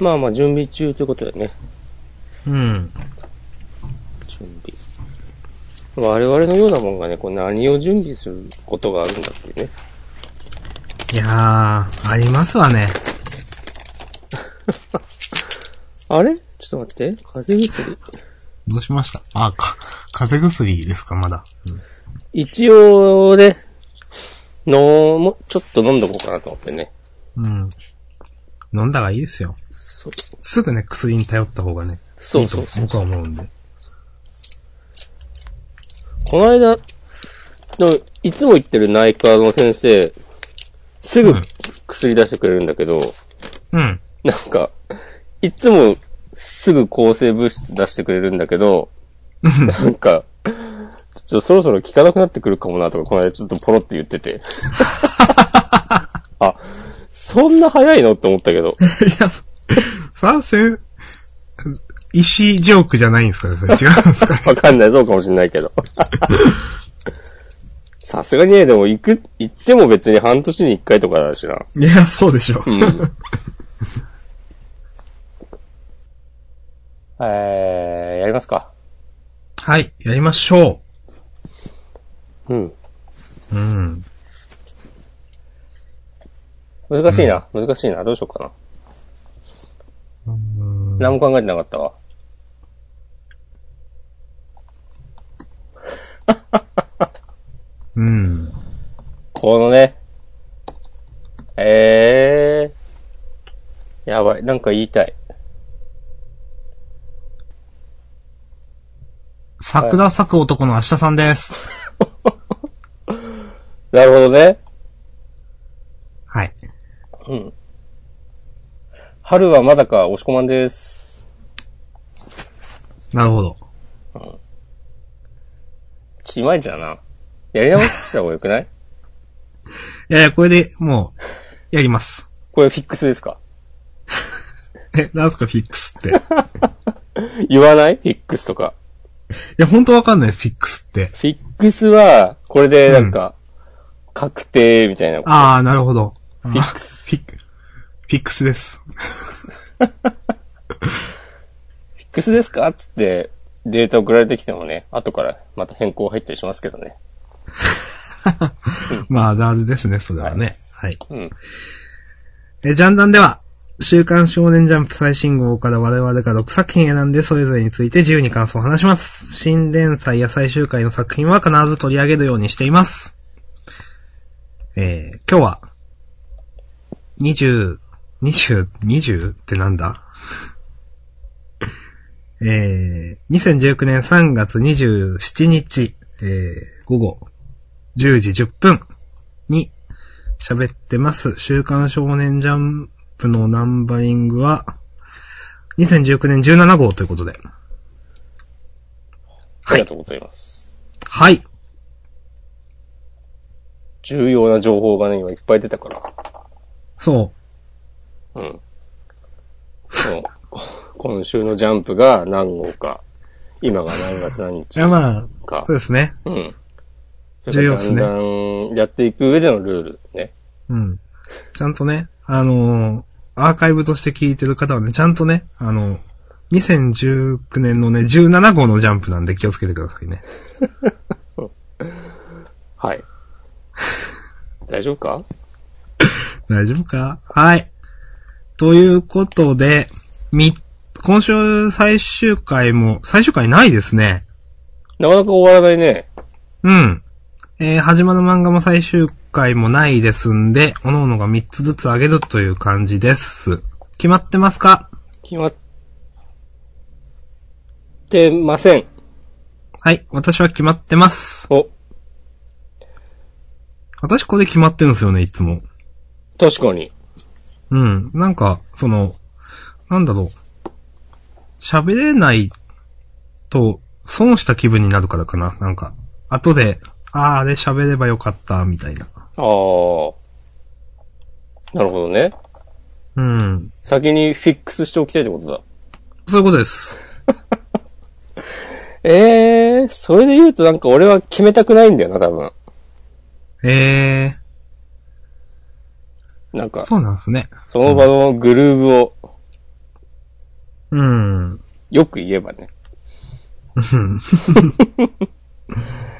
まあまあ、準備中ということでね。うん。準備。我々のようなもんがね、こう何を準備することがあるんだっていうね。いやー、ありますわね。あれちょっと待って。風邪薬。どうしましたあ、か、風邪薬ですか、まだ。一応ね、のも、ちょっと飲んどこうかなと思ってね。うん。飲んだがいいですよ。そうすぐね、薬に頼った方がね。そうそういそいうと僕は思うんで。この間、でも、いつも行ってる内科の先生、すぐうん薬出してくれるんだけど、うん。なんか、いつもすぐ抗生物質出してくれるんだけど、なんか、ちょっとそろそろ効かなくなってくるかもなとか、この間ちょっとポロって言ってて。あ、そんな早いのって思ったけど。 いや、さあ、せん、石ジョークじゃないんですかねそれ違うん ですかわかんない、そうかもしんないけど。さすがにね、でも行く、行っても別に半年に一回とかだしな。いや、そうでしょ。うん。えー、やりますか。はい、やりましょうん。う。うん。難しいな、難しいな。どうしようかな。何も考えてなかったわ。うん。このね。えー。やばい、なんか言いたい。桜咲く男の明日さんです。なるほどね。はい。春はまだか、押し込まんです。なるほど。ちょいまいちだな。やり直した方がよくない いやいや、これでもう、やります。これフィックスですかえ、なんすかフィックスって。い言わないフィックスとか。や、ほんとわかんないです、フィックスって。フィックスは、これでなんか、確定みたいな。あー、なるほど。フィックス。フィック、フィックスです。フィックスですかつって、データ送られてきてもね、後からまた変更入ったりしますけどね。 まあ、あるあるですね、それはね。はい。うん。え、ジャンダンでは、週刊少年ジャンプ最新号から我々が6作品選んでそれぞれについて自由に感想を話します。新連載や最終回の作品は必ず取り上げるようにしています。えー、今日は、20、20、20ってなんだえー、2019年3月27日、えー、午後10時10分に喋ってます。週刊少年ジャンプのナンバリングは、2019年17号ということで。ありがとうございます。はい。重要な情報がね、今いっぱい出たから。そうん。その、こ今週のジャンプが何号か、今が何月何う。い日や、まあ、かそう。ですね。うん。それからだんだんやっていく上でのルールね。うん。ちゃんとね、あのーアーカイブとして聞いてる方はね、ちゃんとね、あの2019年のね、17号のジャンプなんで気をつけてくださいね。はい。大丈夫か大丈夫かはい。ということで、み、今週最終回も、最終回ないですね。なかなか終わらないね。うん。えー、始まる漫画も最終回もないですんで、各々が3つずつ上げるという感じです。決まってますか決まってません。はい、私は決まってます。お、私これ決まってるんですよね、いつも。確かに。うん。なんか、その、なんだろう。喋れないと、損した気分になるからかな。なんか、後で、あーあれ喋ればよかった、みたいな。ああ。なるほどね。うん。先にフィックスしておきたいってことだ。そういうことです。ええー、それで言うとなんか俺は決めたくないんだよな、多分。えなんー、か、そうなんですね。その場のグルーブをうん。よく言えば ね。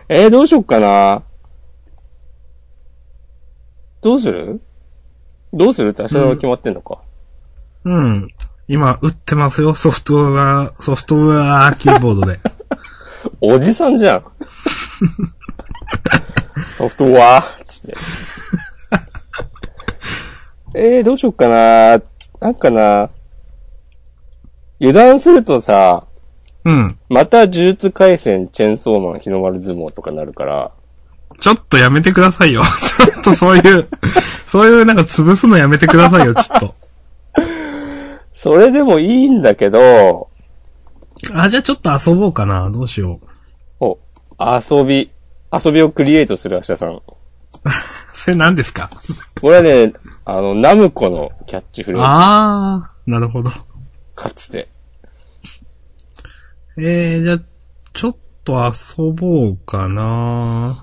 えー、どうしよっかな。どうするどうするって明日の決まってんのか。うん。今、打ってますよ、ソフトウェア、ソフトウェアキーボード で。おじさんじゃん。 ソフトは つって。えー、どうしよっかな。なんかな。油断するとさ、うん。また呪術回戦、チェンソーマン、日の丸相撲とかなるから、ちょっとやめてくださいよ。 ちょっとそういう、そういうなんか潰すのやめてくださいよ、ちょっと。それでもいいんだけど、あ、じゃあちょっと遊ぼうかな。どうしよう。お、遊び、遊びをクリエイトする明日さん。それ何ですかこれはね、あの、ナムコのキャッチフレーズ、あー、なるほど。かつて。えー、じゃあ、ちょっと遊ぼうかな。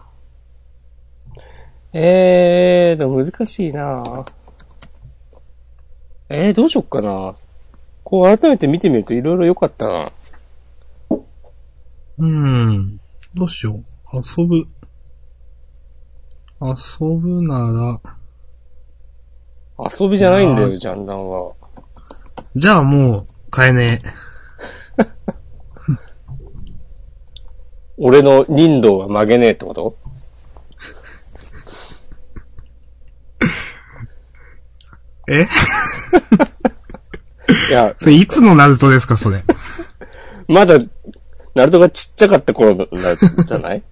えーでも難しいなえー、どうしよっかなこう改めて見てみるといろいろ良かったな。うん。どうしよう。遊ぶ。遊ぶなら、遊びじゃないんだあよ、ージャンダンは。じゃあもう、買えねえ。俺の人道は曲げねえってことえいや、それいつのナルトですか、それ。まだ、ナルトがちっちゃかった頃なんじゃない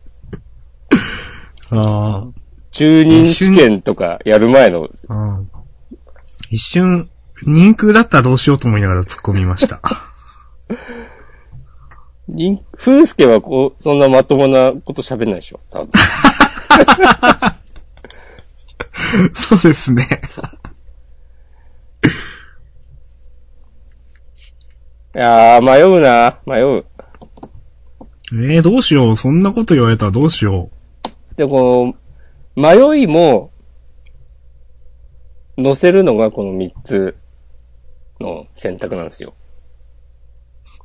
あ中任試験とかやる前の、あ。うん一瞬、人空だったらどうしようと思いながら突っ込みました。人、風介はこう、そんなまともなこと喋んないでしょ多分。 そうですね。いやー、迷うな迷う。えー、どうしよう。そんなこと言われたらどうしよで、この、迷いも、乗せるのがこの3つの選択なんですよ。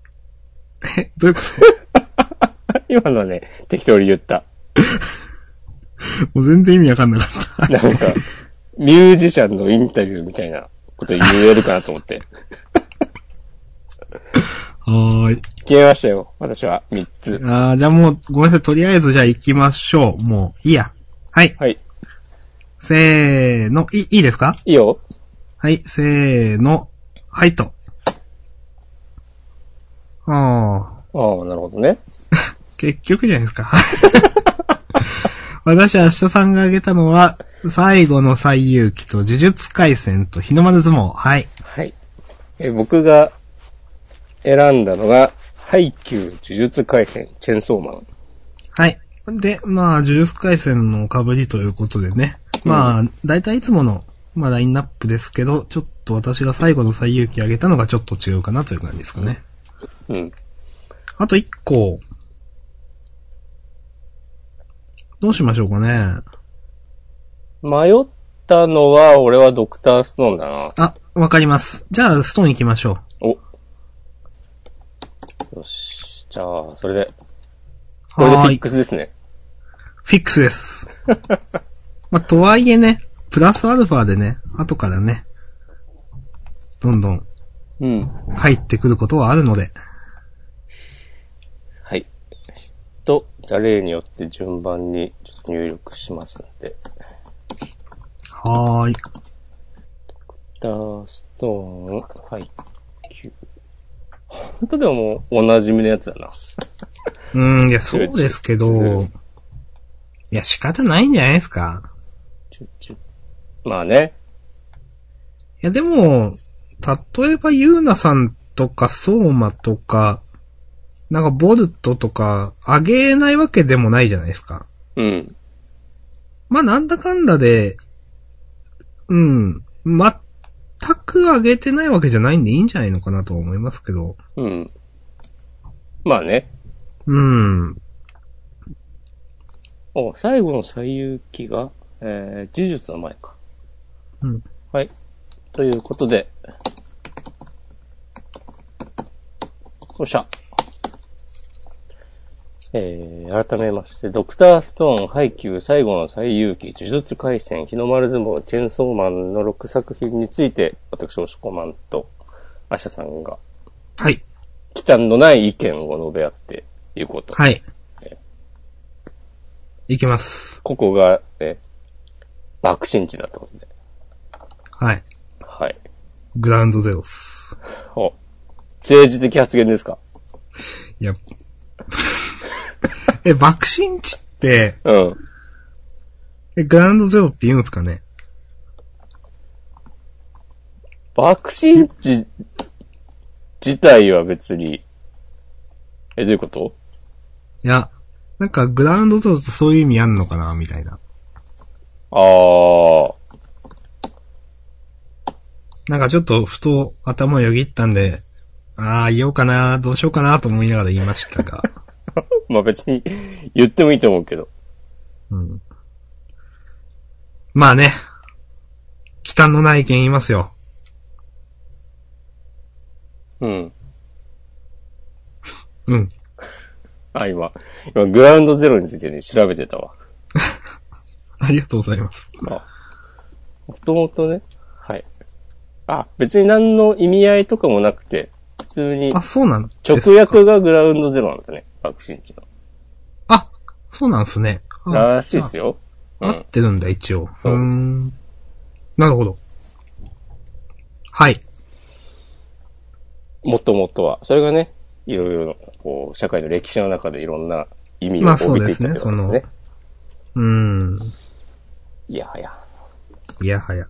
う。え、どういうこ今のはね、適当に言った。ともう全然意味わかんなかった。なんか、ミュージシャンのインタビューみたいなこと言えるかなと思って。はーい。決めましたよ、私は3つ。あーじゃあもう、ごめんなさい。とりあえずじゃあ行きましょう。もう、いいや。はい。はい。せーの。い、いいですかいいよ。はい。せーの。はいと。あああ、あ。なるほどね。結局じゃないですか。 私は明日さんが挙げたのは、最後の最勇気と呪術回戦と日の丸相撲。はい。はい。え僕が選んだのが、ハイキュー呪術回戦、チェンソーマン。はい。で、まあ、呪術回戦の被りということでね。まあ、大体いつもの、まあ、ラインナップですけど、ちょっと私が最後の最勇気挙げたのがちょっと違うかなという感じですかね。うん。あと一個。どうしましょうかね。迷ったのは、俺はドクターストーンだな。あ、わかります。じゃあ、ストーン行きましょう。お。よし。じゃあ、それで。これでフィックスですね。フィックスです。 まあ、とはいえね、プラスアルファでね、後からね、どんどんうん。入ってくることはあるので、はい。と、じゃあ例によって順番にちょっと入力しますんで。はーい。ダーストーン、はい。キュー本当でももう、お馴染みのやつだな。うーん、いや、そうですけど、いや、仕方ないんじゃないですか。チュッチュッまあね。いや、でも、例えば、ゆうなさんとか、そうまとか、なんか、ボルトとか、あげないわけでもないじゃないですか。うん。まあ、なんだかんだで、うん、全く上げてないわけじゃないんでいいんじゃないのかなとは思いますけど。うん。まあね。うん。お、最後の最有機が、えー、呪術の前か。うん。はい。ということで、よっしゃ。えー、改めまして、ドクターストーン、ハイキュー、最後の最勇気、呪術廻戦、日の丸相撲、チェンソーマンの6作品について、私、おしこまんと、アシャさんが、はい。忌憚のない意見を述べ合っていこうと。はい。いきます。ここが、ね、爆心地だってことで。はい。はい。グラウンドゼオス。お、政治的発言ですかいや。 え、爆心地って、うん。え、グラウンドゼオって言うんですかね爆心地自体は別に、え、どういうこといや、なんかグラウンドゼオってそういう意味あんのかなみたいな。ああ、なんかちょっとふと頭をよぎったんで、ああ、言おうかな、どうしようかなと思いながら言いましたが。 まあ別に言ってもいいと思うけど。うん。まあね。忌憚のない意見言いますよ。うん。うん。あ、今、今グラウンドゼロについてね、調べてたわ。ありがとうございます。あ、もともとね、はい。あ、別に何の意味合いとかもなくて、普通にあ、そうなんです直訳がグラウンドゼロなんだね、爆心地の。あ、そうなんですね。あらしいっすよ。う合っん。てるんだ、一応。そうーん。なるほど。はい。もともとは。それがね、いろいろの、こう、社会の歴史の中でいろんな意味をまあそう帯びてでいっすねたってことですね。うーん。いやはや。いやはや。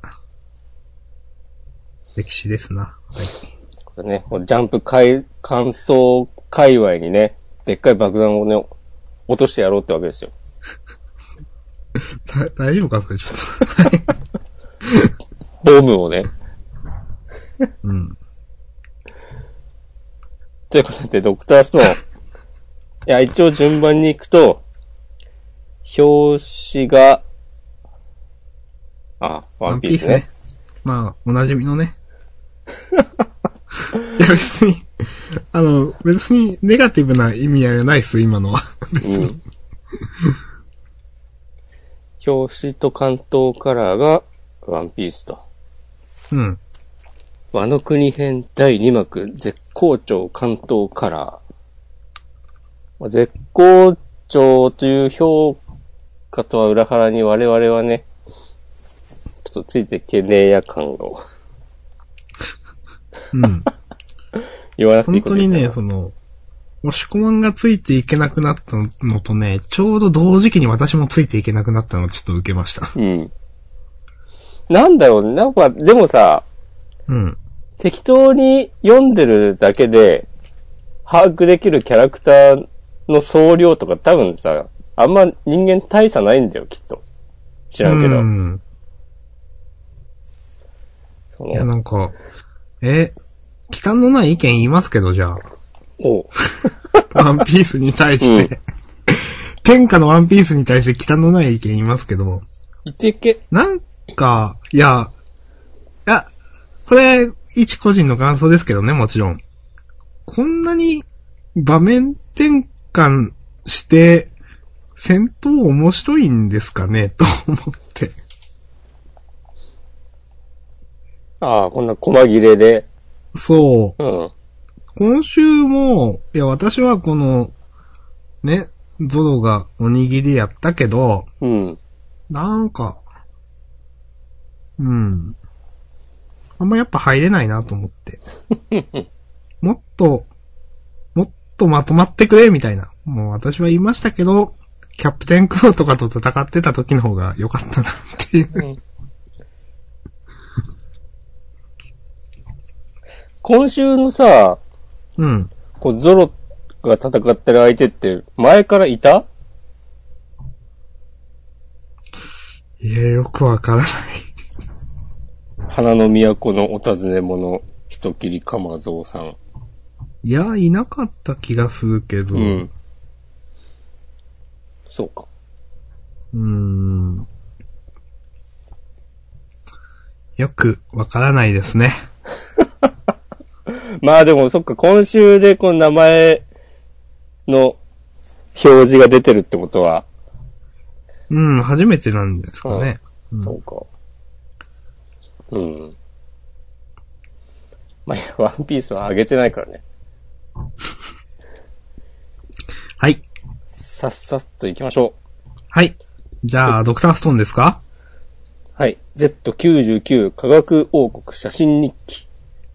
歴史ですな。はい。これね、もうジャンプ会、感想界隈にね、でっかい爆弾をね、落としてやろうってわけですよ。だ大丈夫かそれちょっと。ボムをね。うん。ということで、ドクターストーン。いや、一応順番に行くと、表紙が、あ、ワンピースね。。まあ、おなじみのね。 いや、別に、あの、別に、ネガティブな意味合いはないっす、今のは。うん。表紙と関東カラーが、ワンピースと。うん。和の国編第2幕、絶好調関東カラーまあ。絶好調という評価とは裏腹に我々はね、ちょっとついてけねえや感をうん。 言わなくてい本いこ当とに言ね、ったその、押し込まんがついていけなくなったのとね、ちょうど同時期に私もついていけなくなったのをちょっと受けました。なうん。なんだろう、なんか、でもさ、うん。適当に読んでるだけで、把握できるキャラクターの総量とか多分さ、あんま人間大差ないんだよ、きっと。知らんけどう。ん。そいや、のなんか、え、忌憚のない意見言いますけど、じゃおうあ。ワンピースに対して、う 天下のワンピースに対して忌憚のない意見言いますけど、いてけ。なんか、いや、いや、これ、一個人の感想ですけどね、もちろん。こんなに場面転換して、戦闘面白いんですかね、と 思って。ああ、こんな細切れで。そう。うん。今週も、いや、私はこの、ね、ゾロがおにぎりやったけど、うん。なんか、うん。あんまやっぱ入れないなと 思って。もっと、もっとまとまってくれ、みたいな。もう私は言いましたけど、キャプテンクローとかと戦ってた時の方が良かったなって いう。今週のさ、うん。こうゾロが戦ってる相手って、前からいたいや、よくわからない。花の都のお尋ね者、人切りかまぞうさん。いや、いなかった気がするけど。うん。そうか。うーんよくわからないですね。まあでもそっか、今週でこの名前の表示が出てるってことは、うん、初めてなんですかね。うんそうか。うん。まあい や、ワンピースは上げてないからね。はい。さっさっと行きましょはい。じゃあ、ドクターストーンですかう。はい。Z99 科学王国写真日記。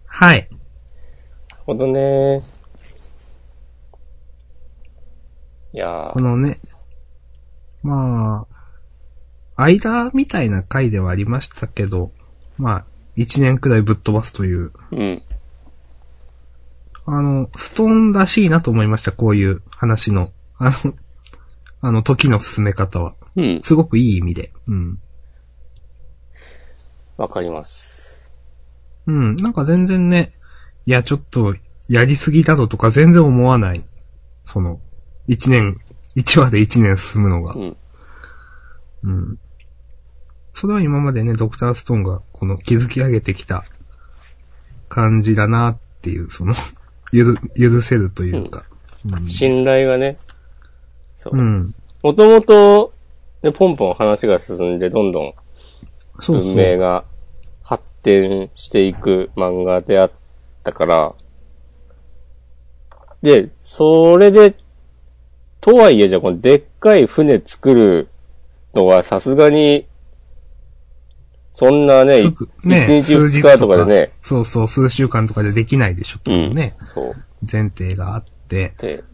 はい。なるほどね。いやこのね、まあ、間みたいな回ではありましたけど、まあ、一年くらいぶっ飛ばすという、ー、うん。あの、ストーンらしいなと思いました、こういう話の。あの、あの時の進め方は。うん。すごくいい意味で。うん。わかります。うん、なんか全然ね、いや、ちょっと、やりすぎだぞとか全然思わない。その、一年、一話で一年進むのがう。ん。うん。それは今までね、ドクターストーンがこの築き上げてきた感じだなっていう、その、 ゆる、許せるというか。信頼がね。そうう。ん。もともと、で、ポンポン話が進んで、どんどんそうそ文う明。が発展していく漫画であったから、で、それで、とはいえじゃあ、このでっかい船作るのはさすがに、そんなね、す一ぐね、日数二日日ととかかでね、そうそう、数週間とかでできないでしょ、というね、うん、そう。前提があって。で、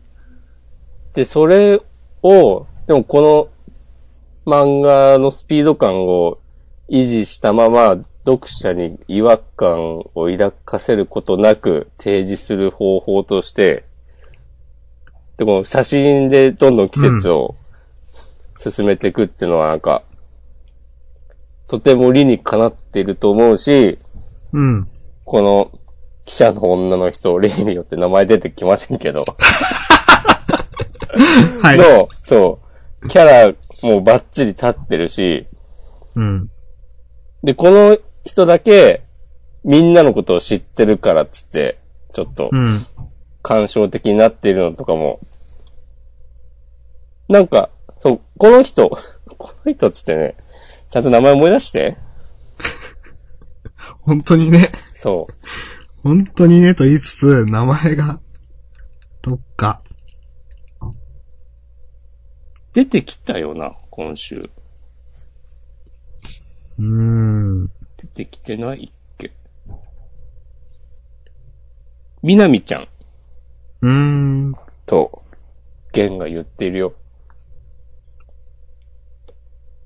で、それを、でもこの漫画のスピード感を維持したまま、読者に違和感を抱かせることなく提示する方法として、でも写真でどんどん季節を進めていくっていうのはなんか、とても理にかなっていると思うし、うん。この記者の女の人、例によって名前出てきませんけど。 はい。の、そう、キャラもバッチリ立ってるし、うん。で、この人だけ、みんなのことを知ってるからっつって、ちょっとう、ん。感傷的になっているのとかも、なんか、そう、この人、 この人っつってね、ちゃんと名前思い出して、本当にね、そう、本当にね、と言いつつ、名前が、どっか、出てきたよな、今週。うーん。出てきてないっけみなみちゃんうーん。と、ゲンが言っているよ。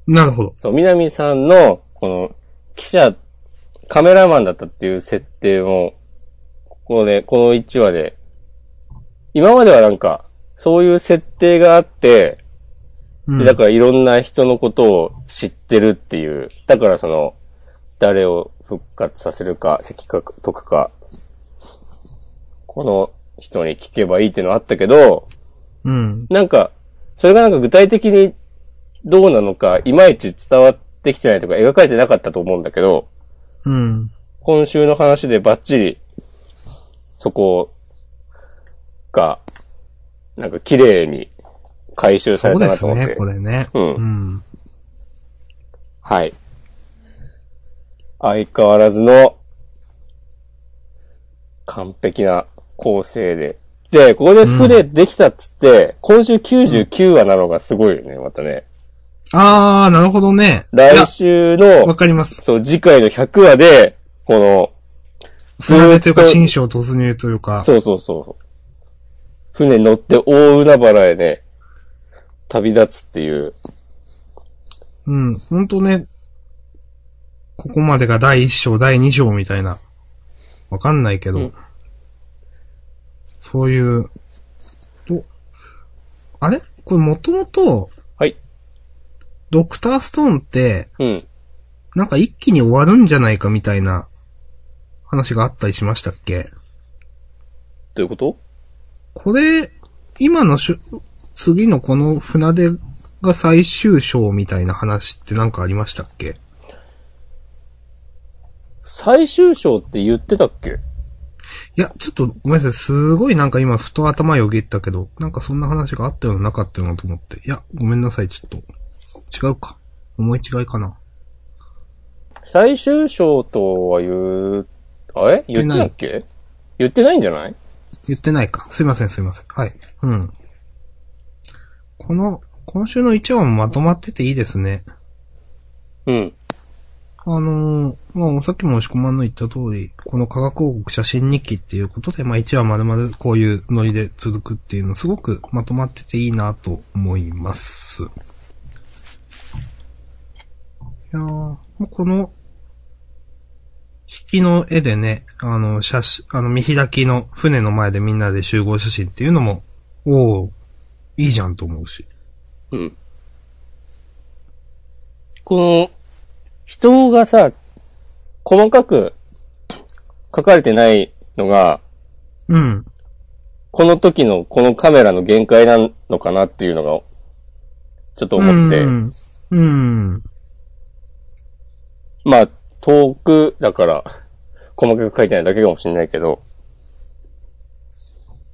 なるほど。そう、南さんの、この、記者、カメラマンだったっていう設定も、ここで、この1話で、今まではなんか、そういう設定があって、うでんだからいろんな人のことを知ってるっていう、だからその、誰を復活させるか、席かとかか、この人に聞けばいいっていうのあったけど、うん。なんか、それがなんか具体的にどうなのか、いまいち伝わってきてないとか描かれてなかったと思うんだけど、うん。今週の話でバッチリ、そこが、なんか綺麗に回収さそれうたでなすと思っね、て。これね。うんうん。はい。相変わらずの、完璧な構成で。で、ここで船できたっつって、今週99話なのがすごいよね、またね。あー、なるほどね。来週いやわの、かります。そう、次回の100話で、この、船出というか、ずーっと新章突入というか、そうそうそう。船に乗って大海原へね、旅立つっていう。うん。ほんとね、ここまでが第1章、第2章みたいな。わかんないけど、うんそういう、と、あれこれもともと、はい。ドクターストーンって、うん。なんか一気に終わるんじゃないかみたいな話があったりしましたっけどういうことこれ、今のしゅ、次のこの船出が最終章みたいな話ってなんかありましたっけ最終章って言ってたっけいや、ちょっとごめんなさい。すごいなんか今、ふと頭よぎったけど、なんかそんな話があったようななかったようなと思って。いや、ごめんなさい。ちょっと。違うか。思い違いかな。最終章とは言う、あれ言ってたっけ言ってないんじゃない言ってないか。すいません、すいません。はい。うん。この、今週の1話もまとまってていいですね。うん。あのー、まあ、さっきも押し込まんの言った通り、この科学王国写真日記っていうことで、まあ、1話まるまるこういうノリで続くっていうの、すごくまとまってていいなと思います。いやーもうこの、引きの絵でね、あの、写真、あの、見開きの船の前でみんなで集合写真っていうのも、おー、いいじゃんと思うし。うん。この、人がさ、細かく書かれてないのが、うん。この時のこのカメラの限界なのかなっていうのが、ちょっと思って、うん。うん。まあ、遠くだから、細かく書いてないだけかもしれないけど、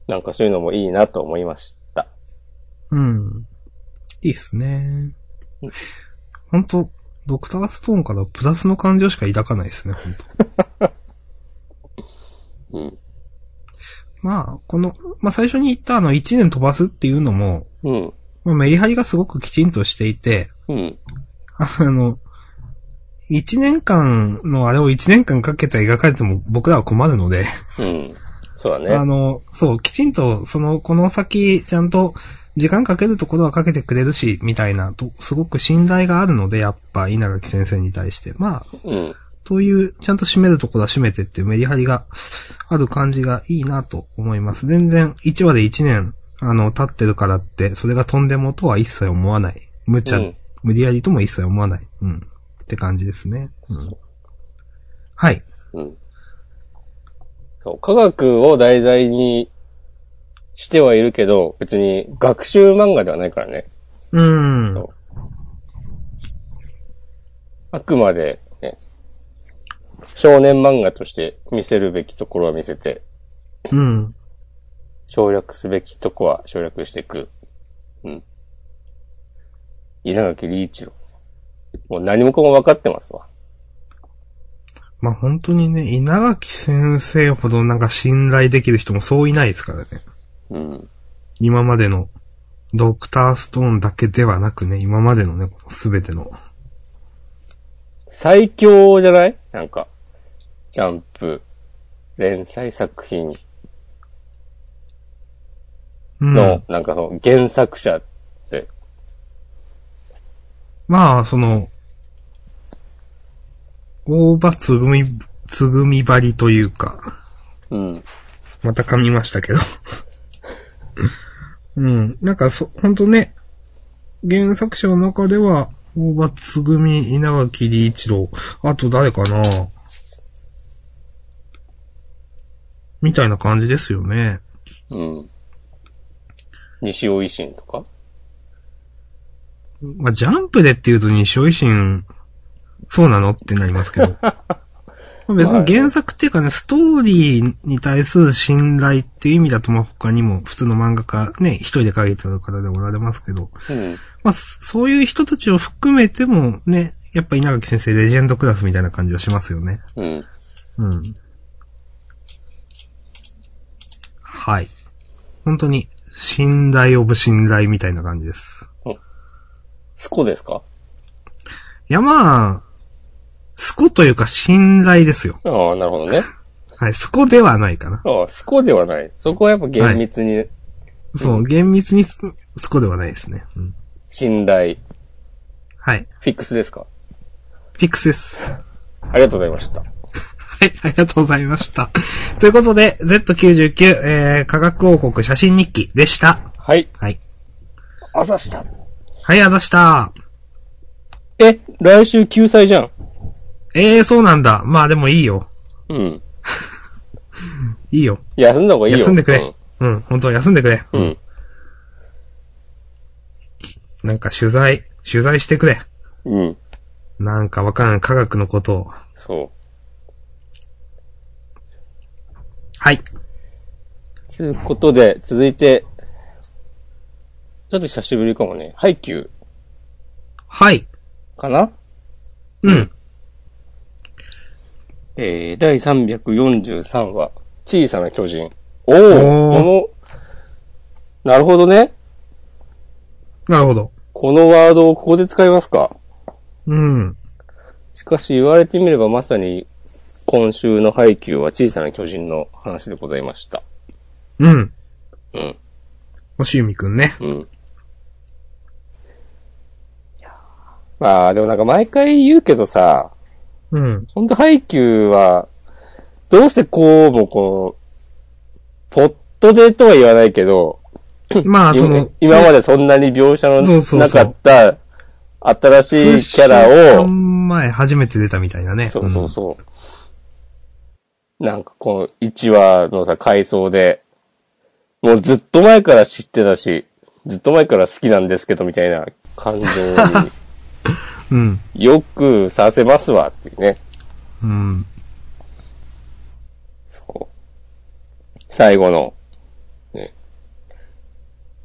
なんかそういうのもいいなと思いました。うん。いいっすねうん。ほんと、ドクターストーンからプラスの感情しか抱かないですね、ほんと。うん。まあ、この、まあ最初に言ったあの1年飛ばすっていうのも、うん。まあメリハリがすごくきちんとしていて、うん。あの、1年間のあれを1年間かけて描かれても僕らは困るので、うん。そうだね。あの、そう、きちんと、その、この先、ちゃんと、時間かけるところはかけてくれるし、みたいな、と、すごく信頼があるので、やっぱ、稲垣先生に対して。まあ、うん。という、ちゃんと締めるところは締めてっていうメリハリがある感じがいいなと思います。全然、1話で1年、あの、経ってるからって、それがとんでもとは一切思わない。無茶、うん無理やりとも一切思わない。うん。って感じですね。うん。はい。うん。そう、科学を題材にしてはいるけど、別に学習漫画ではないからね。うん。そうあくまで、ね、少年漫画として見せるべきところは見せて、うん。省略すべきとこは省略していく。うん。稲垣理一郎。もう何もかも分かってますわ。まあ、本当にね、稲垣先生ほどなんか信頼できる人もそういないですからね。うん。今までの、ドクターストーンだけではなくね、今までのね、このすべての。最強じゃないなんか、ジャンプ、連載作品うん。の、なんかその原作者って、まあ、その、大場つぐみ、つぐみばりというか、うん。また噛みましたけど。 うん。なんかそ、ほんとね、原作者の中では、大場つぐみ、稲垣理一郎、あと誰かなみたいな感じですよね。うん。西尾維新とかまあ、ジャンプでっていうと西尾維新、そうなのってなりますけど。まあ別に原作っていうかね、ストーリーに対する信頼っていう意味だと、まあ、他にも普通の漫画家ね、一人で書いてる方でおられますけど、うん。まあ、そそういう人たちを含めてもね、やっぱ稲垣先生レジェンドクラスみたいな感じはしますよね。うん。うん。はい。本当に、信頼オブ信頼みたいな感じです。スコですかいや、まあ、スコというか信頼ですよ。ああ、なるほどね。はい、スコではないかな。ああ、スコではない。そこはやっぱ厳密にそう、厳密にススコではないですね。うん、信頼、はい。フィックスですかフィックスです。はありがとうございました。い、ありがとうございました。ということで、Z99、えー、科学王国写真日記でした。はい。はい。あざした。はい、あざした。え、来週救済じゃん。えー、そうなんだ。まあでもいいよ。うん。いいよ。休んだ方がいいよ。休んでくれ。うん、本当休んでくれ。うん。うん。なんか取材、取材してくれ。うん。なんかわからん科学のことを。そはい。つうことで、続いて、ちょっと久しぶりかもね、ハイキューはい。かなうん。えー、第343話、小さな巨人。おおーおこの、なるほどね。なるほど。このワードをここで使いますか。うん。しかし言われてみればまさに、今週のハイキューは小さな巨人の話でございました。うん。うん。星海くんね。うん。いやーまあ、でもなんか毎回言うけどさ、うん。ほんとハイキューは、どうしてこうもこう、ポットでとは言わないけど、まあ、その、今今までそんなに描写のそうそうなそうかった新しいキャラを、前、初めて出たみたいなね。そうそうそう。なんかこの1話のさ、回想で、もうずっと前から知ってたし、ずっと前から好きなんですけどみたいな感情 うん。によくさせますわっていうね。うん。うん。そう。最後の、ね。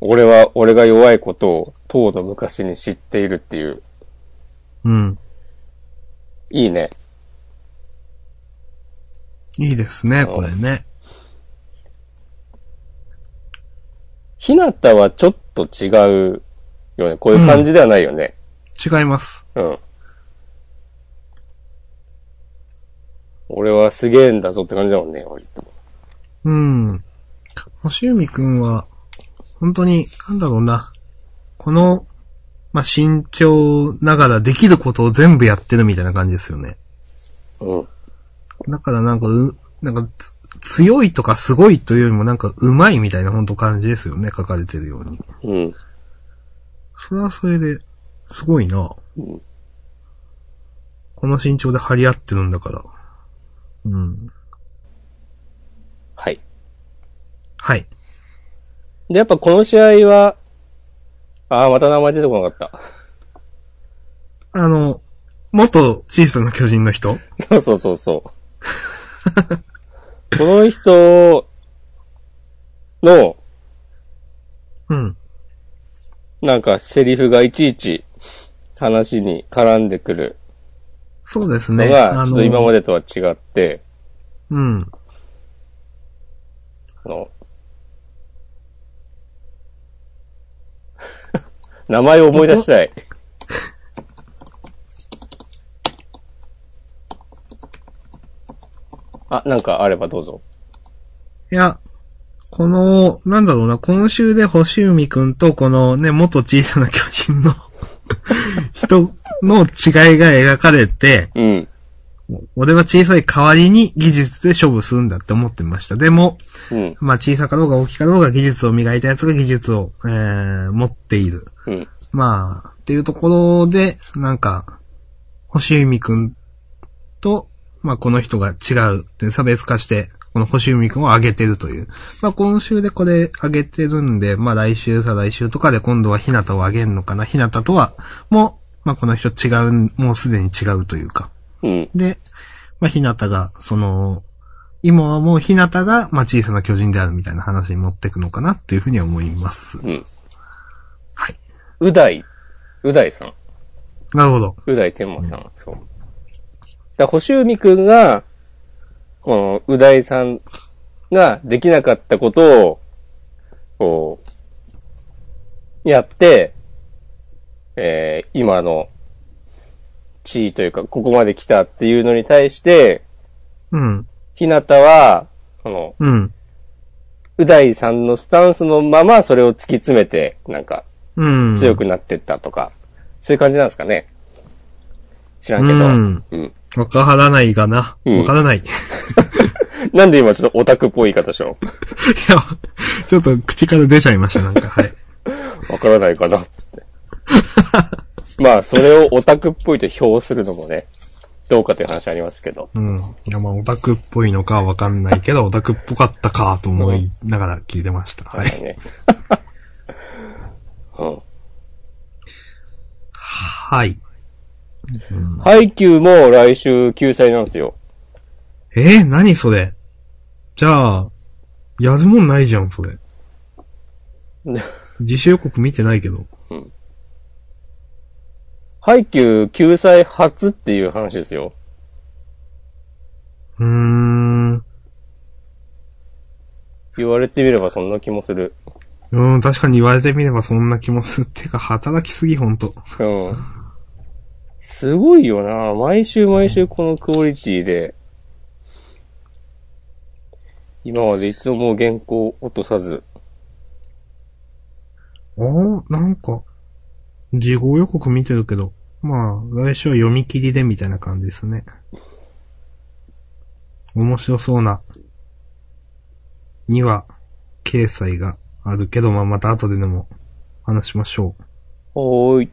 俺は、俺が弱いことを、とうの昔に知っているっていう、うん。いいね。いいですね、これね。ひなたはちょっと違うよね。こういう感じではないよね。違います。うん。俺はすげえんだぞって感じだもんね、割と。うん。星海くんは、本当に、なんだろうな。この、まあ、慎重ながらできることを全部やってるみたいな感じですよね。うん。だからなんか、う、なんかつ、強いとかすごいというよりもなんか、うまいみたいな本当感じですよね、書かれてるように。うん。それはそれで、すごいな。うんこの身長で張り合ってるんだから。うん。はい。はい。で、やっぱこの試合は、ああ、また名前出てこなかっあの、元小さな巨人の人た。そうそうそう そう。この人の、うん。なんかセリフがいちいち話に絡んでくるそうですのね。が、あちょっの、と今までとは違って、うん。あの、 名前を思い出したい。 あ、なんかあればどうぞ。いや、この、なんだろうな、今週で星海くんとこのね、元小さな巨人の 人の違いが描かれて、うん。俺は小さい代わりに技術で勝負するんだって思ってました。でも、うん。まあ小さかろうが大きかろうが技術を磨いたやつが技術を、えー、持っている。うん。まあ、っていうところで、なんか、星海くんと、まあこの人が違うで差別化して、この星海くんを上げてるという。まあ今週でこれ上げてるんで、まあ来週再来週とかで今度は日向を上げるのかな。日向とは、もう、まあこの人違う、もうすでに違うというか。うん。で、まあ、ひなたが、その、今はもうひなたが、まあ、小さな巨人であるみたいな話に持っていくのかなっていうふうには思います。うん。はい。うだい。うだいさん。なるほど。うだい天馬さん。そう。だから星海くんが、この、うだいさんができなかったことを、こう、やって、えー、今の地位というか、ここまで来たっていうのに対して、うん。ひなたは、この、うん。うだいさんのスタンスのままそれを突き詰めて、なんか、うん。強くなってったとか、そういう感じなんですかね。知らんけど。うん。うんわからないがな。うんわからない。 いなんで今ちょっとオタクっぽい言い方したのや、ちょっと口から出ちゃいました、なんか。はい。わからないかなっつ って。まあ、それをオタクっぽいと評するのもね、どうかという話ありますけど。うん。いや、まあ、オタクっぽいのかはわかんないけど、オタクっぽかったかと思いながら聞いてました。はい。ね。 うん。はい。ハイキューも来週救済なんですよ。えー、何それじゃあ、やるもんないじゃん、それ。自主予告見てないけど。ハイキュー救済初っていう話ですよ。うーん。う言われてみればそんな気もする。ーん、確かに言われてみればそんな気もする。てか、働きすぎ、ほんと。うん。すごいよな毎週毎週このクオリティで、今まで一度も原稿を落とさず、おー、なんか、事後予告見てるけど、まあ、来週は読み切りでみたいな感じですね。面白そうな、には、掲載があるけど、まあ、また後ででも、話しましょう。おーい。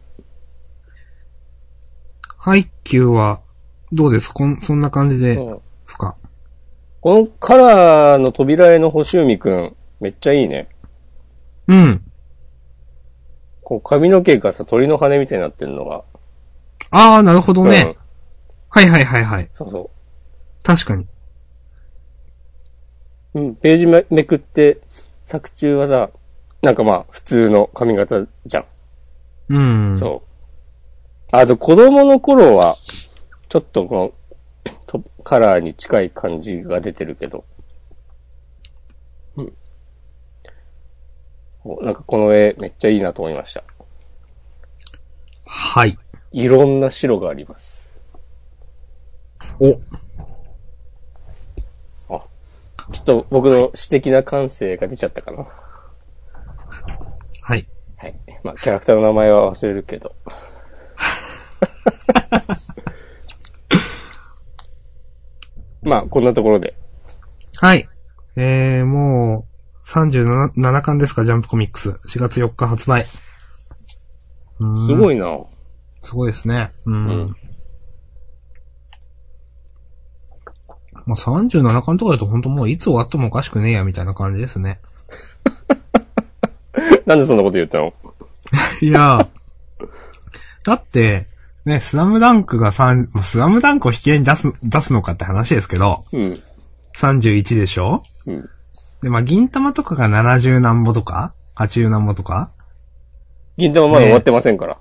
ハイキューは、どうですこん、そんな感じでうんすかこのカラーの扉絵の星海くん、めっちゃいいね。うん。こう髪の毛がさ、鳥の羽みたいになってるのが。ああ、なるほどね。うんはいはいはいはい。そうそ確かに。う。うん、ページめめくって、作中はさ、なんかまあ、普通の髪型じゃん。うん。そう。あと、子供の頃は、ちょっとこの、 とカラーに近い感じが出てるけど。うん。おなんかこの絵めっちゃいいなと思いました。はい。いろんな白があります。お。ちょっと僕の私的な感性が出ちゃったかな。はい。はい。まあ、キャラクターの名前は忘れるけど。 まあ、こんなところで。はい。えー、もう、37 7巻ですか、ジャンプコミックス。4月4日発売。すすごいな。すごいですね。うん。うんまあ、37巻とかだと本当もういつ終わってもおかしくねえや、みたいな感じですね。なんでそんなこと言ったのいやーだって、ね、スラムダンクが3、まあスラムダンクを引き合いに出す、出すのかって話ですけど、うん。 31でしょうん。で、まあ、銀玉とかが70何ぼとか ?80 何ぼとか銀玉まだ終わってませんから。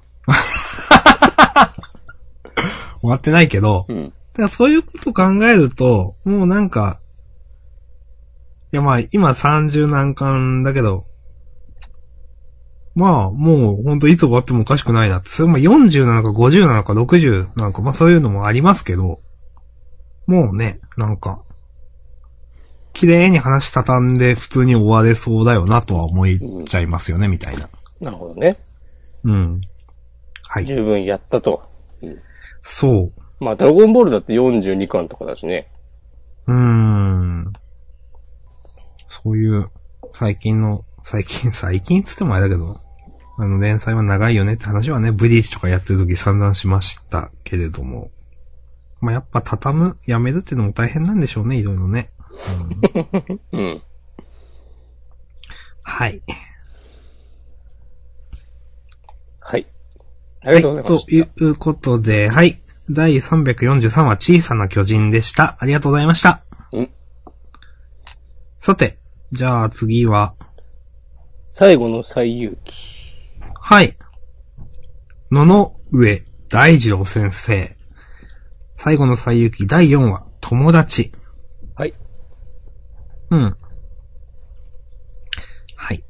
終わってないけど、うん。だからそういうこと考えると、もうなんか、いやまあ、今30何巻だけど、まあ、もう、ほんといつ終わってもおかしくないなって。それも40なのか50なのか60なのか、まあそういうのもありますけど、もうね、なんか、綺麗に話畳んで普通に終われそうだよなとは思いちゃいますよね、みたいな。なるほどね。うん。はい。十分やったと。そう。まあ、ドラゴンボールだって42巻とかだしね。うーん。そういう、最近の、最近、 最近っつってもあれだけど、あの、連載は長いよねって話はね、ブリーチとかやってる時散々しましたけれども。まあ、やっぱ畳む、やめるってのも大変なんでしょうね、いろいろね。うん。はい。はい。ありがとうございまとす。いうことで、はい。第343話、小さな巨人でした。ありがとうございました。うんさて、じゃあ次は、最後の最勇気。はい。野々上大二郎先生。最後の最行き第4話、友達。はい。うん。はい。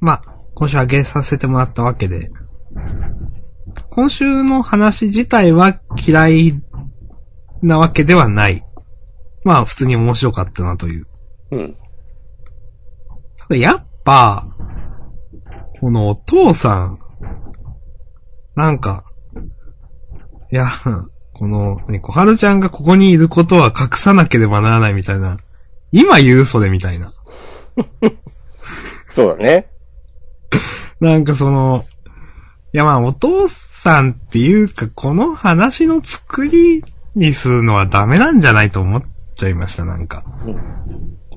まあ、今週あげさせてもらったわけで。今週の話自体は嫌いなわけではない。まあ、普通に面白かったなという。うん。ただやっぱ、このお父さん、なんか、いや、この、ね、小春ちゃんがここにいることは隠さなければならないみたいな。今言うそれみたいな。そうだね。 なんかその、いやまあお父さんっていうかこの話の作りにするのはダメなんじゃないと思っちゃいました、なんか。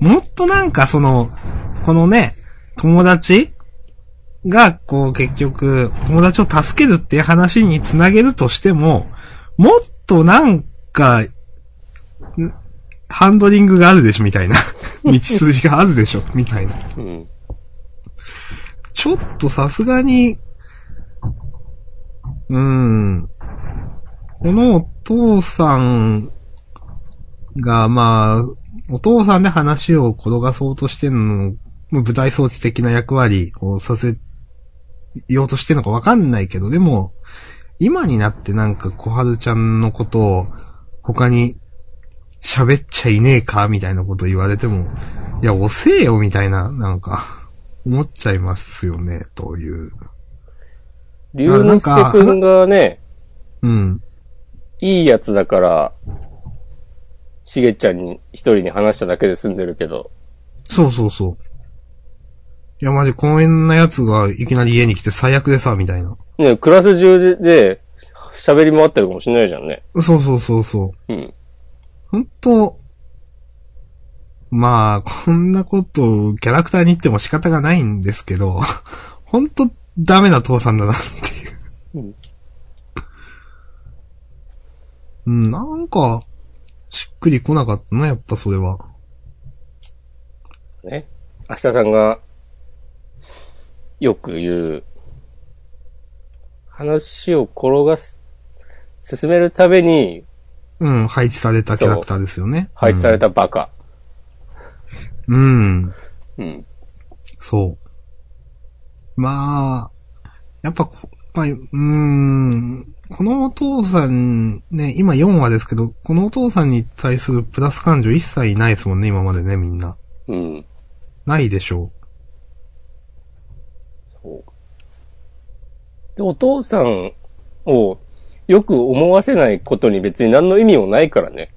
もっとなんかその、このね、友達が、こう結局、友達を助けるっていう話につなげるとしても、もっとなんか、んハンドリングがあるでしょ、みたいな。 道筋があるでしょ、みたいな。うん。ちょっとさすがに、うーん。このお父さんが、まあ、お父さんで話を転がそうとしてんの、まあ舞台装置的な役割をさせようとしてんのかわかんないけど、でも、今になってなんか小春ちゃんのことを他に喋っちゃいねえかみたいなこと言われても、いや、遅えよみたいな、なんか、思っちゃいますよね、という。龍之介くんがね、うん。いいやつだから、しげちゃんに一人に話しただけで済んでるけど、そうそうそう。いや、マジ、公園のやつがいきなり家に来て最悪でさ、みたいな。ね、クラス中でで喋り回ってるかもしれないじゃんね。そうそうそうそう。うん。本当まあ、こんなことをキャラクターに言っても仕方がないんですけど、 本当ダメな父さんだなっていう。うん、なんか、しっくり来なかったな、やっぱそれは。ね。明日さんが、よく言う、話を転がす、進めるためにうん、配置されたキャラクターですよね。配置されたバカ。うん。うん、うん。そう。まあ、やっぱこ、まあ、うーん、このお父さん、ね、今4話ですけど、このお父さんに対するプラス感情一切ないですもんね、今までね、みんな。うん。ないでしょで、お父さんをよく思わせないことに別に何の意味もないからね。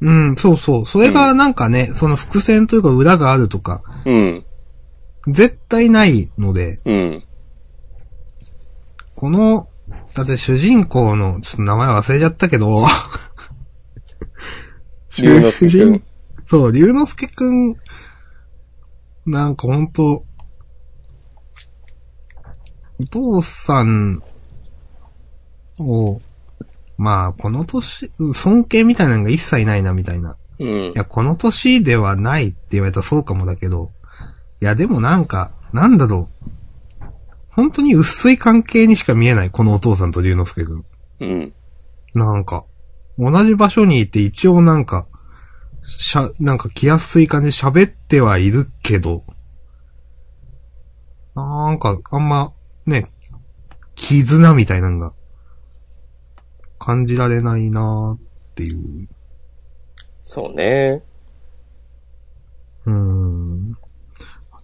う。うん、そうそう。それがなんかね、その伏線というか裏があるとか、うん。絶対ないので、うん。この、だって主人公の、ちょっと名前忘れちゃった けど、龍之介くん。そう、龍之介くん、なんかほんと、お父さんを、まあ、この年、尊敬みたいなのが一切ないな、みたいな。うんい。や、この年ではないって言われたらそうかもだけど、いや、でもなんか、なんだろう。本当に薄い関係にしか見えない、このお父さんと龍之介くん。うん。なんか、同じ場所にいて一応なんか、しゃ、なんか気やすい感じで喋ってはいるけど、なんか、あんま、ね、絆みたいなのが、感じられないなーっていう。そうね。うーん。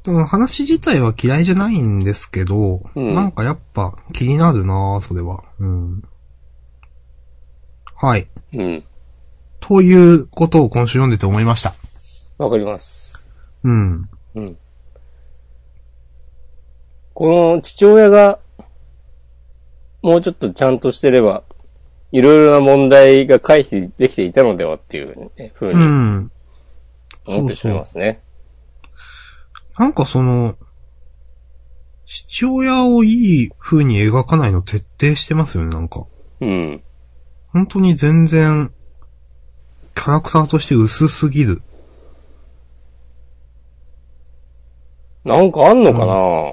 でも話自体は嫌いじゃないんですけど、うんなんかやっぱ気になるなーそれは。うん。はい。うん。ということを今週読んでて思いました。わかります。うん。うん。この父親が、もうちょっとちゃんとしてれば、いろいろな問題が回避できていたのではっていう、ね、ふううにん。思ってしまいますね。なんかその、父親をいい風に描かないの徹底してますよね、なんか。うん。本当に全然、キャラクターとして薄すぎる。なんかあんのかな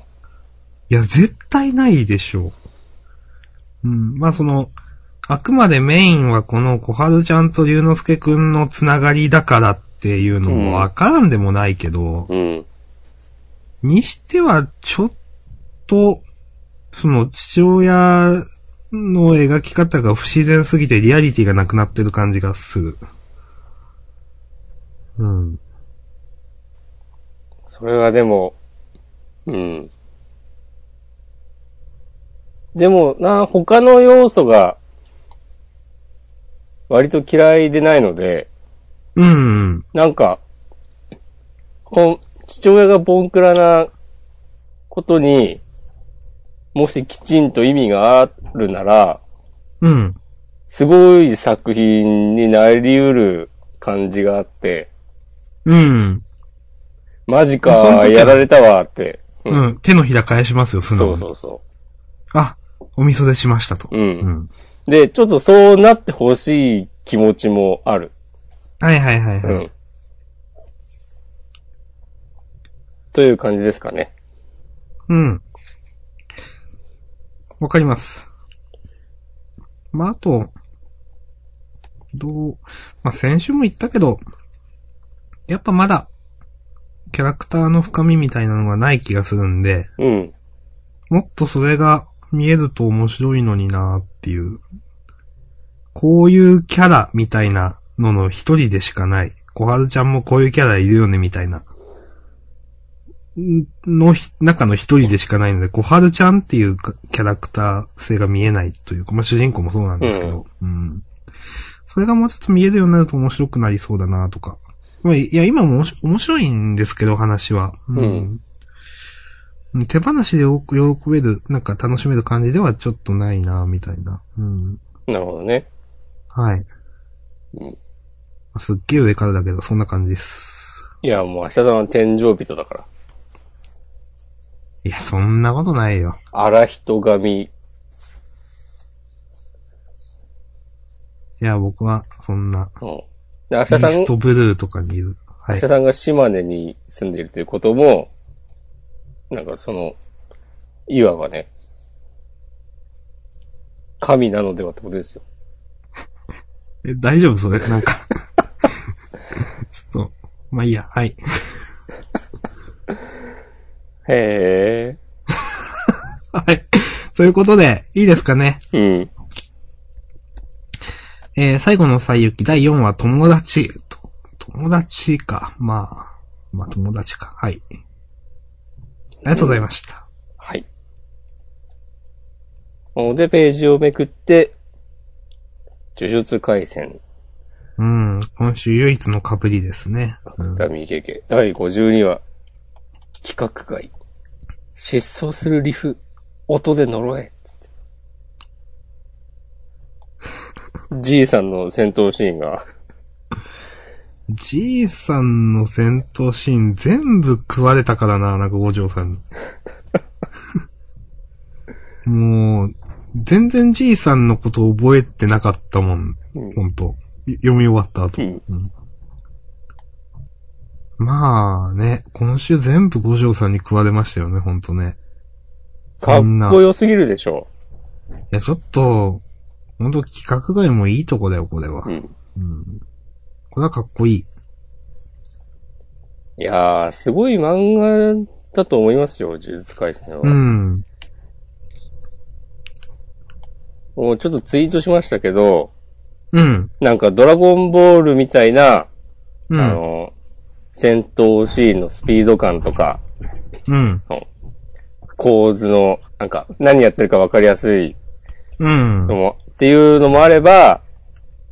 いや、絶対ないでしょう。うん。まあその、あくまでメインはこの小春ちゃんと龍之介くんのつながりだからっていうのもわからんでもないけど、うん。にしては、ちょっと、その、父親の描き方が不自然すぎてリアリティがなくなってる感じがする。うん。それはでも、うん。でもな、他の要素が、割と嫌いでないので、うん。なんか、こう父親がボンクラなことに、もしきちんと意味があるなら、うん。すごい作品になりうる感じがあって、うん。マジその時か、はやられたわって。う。ん。手のひら返しますよ、そ素直うに。そうそあ、お味噌でしましたとう。。うん。うん。で、ちょっとそうなってほしい気持ちもある。はいはいはいはうい。ん。という感じですかね。うん。わかります。まあ、あと、どう、まあ、先週も言ったけど、やっぱまだ、キャラクターの深みみたいなのがない気がするんで、うん。もっとそれが見えると面白いのになーっていう。こういうキャラみたいなのの一人でしかない。小春ちゃんもこういうキャラいるよねみたいな。んのひ中の一人でしかないので、小春ちゃんっていうかキャラクター性が見えないというか、まあ、主人公もそうなんですけど、うん。それがもうちょっと見えるようになると面白くなりそうだなとか。まあ、いや、今もおもし面白いんですけど、話は。うんうん。手放しでよく喜べる、なんか楽しめる感じではちょっとないなみたいな。うん。なるほどね。はい。うんすっげえ上からだけど、そんな感じです。いや、もう明日さんは天井人だから。いや、そんなことないよ。荒人神。いや、僕は、そんな、うん。で明日さん、イーストブルーとかにいる。は明い日。さんが島根に住んでいるということも、なんかその、いわばね、神なのではってことですよ。え、大丈夫それなんか。 ちょっと、まあいいや、はい。へはい。ということで、いいですかね。え。うん。えー最後の最き第4話、友達。と友達か。まあ、まあ友達か。はい。ありがとうございました。はい。ので、ページをめくって、呪術回戦、うん、今週唯一の被りですね。うんダミーゲゲ、第52話、企画外、失踪するリフ、音で呪え、 つって。じいさんの戦闘シーンが、じいさんの戦闘シーン全部食われたからな、なんか五条さ んに。もう、全然じいさんのこと覚えてなかったもん。うんほんと。い読み終わった後。うんうんまあね、今週全部五条さんに食われましたよね、ほんとね。かっこよすぎるでしょ。いや、ちょっと、ほんと企画外もいいとこだよ、これはう。ん。うん、これはかっこいい。いやー、すごい漫画だと思いますよ、呪術回戦は。うん。もうちょっとツイートしましたけど、うん。なんかドラゴンボールみたいな、うん。あの、戦闘シーンのスピード感とか、うん。構図の、なんか、何やってるか分かりやすいうんの。も、っていうのもあれば、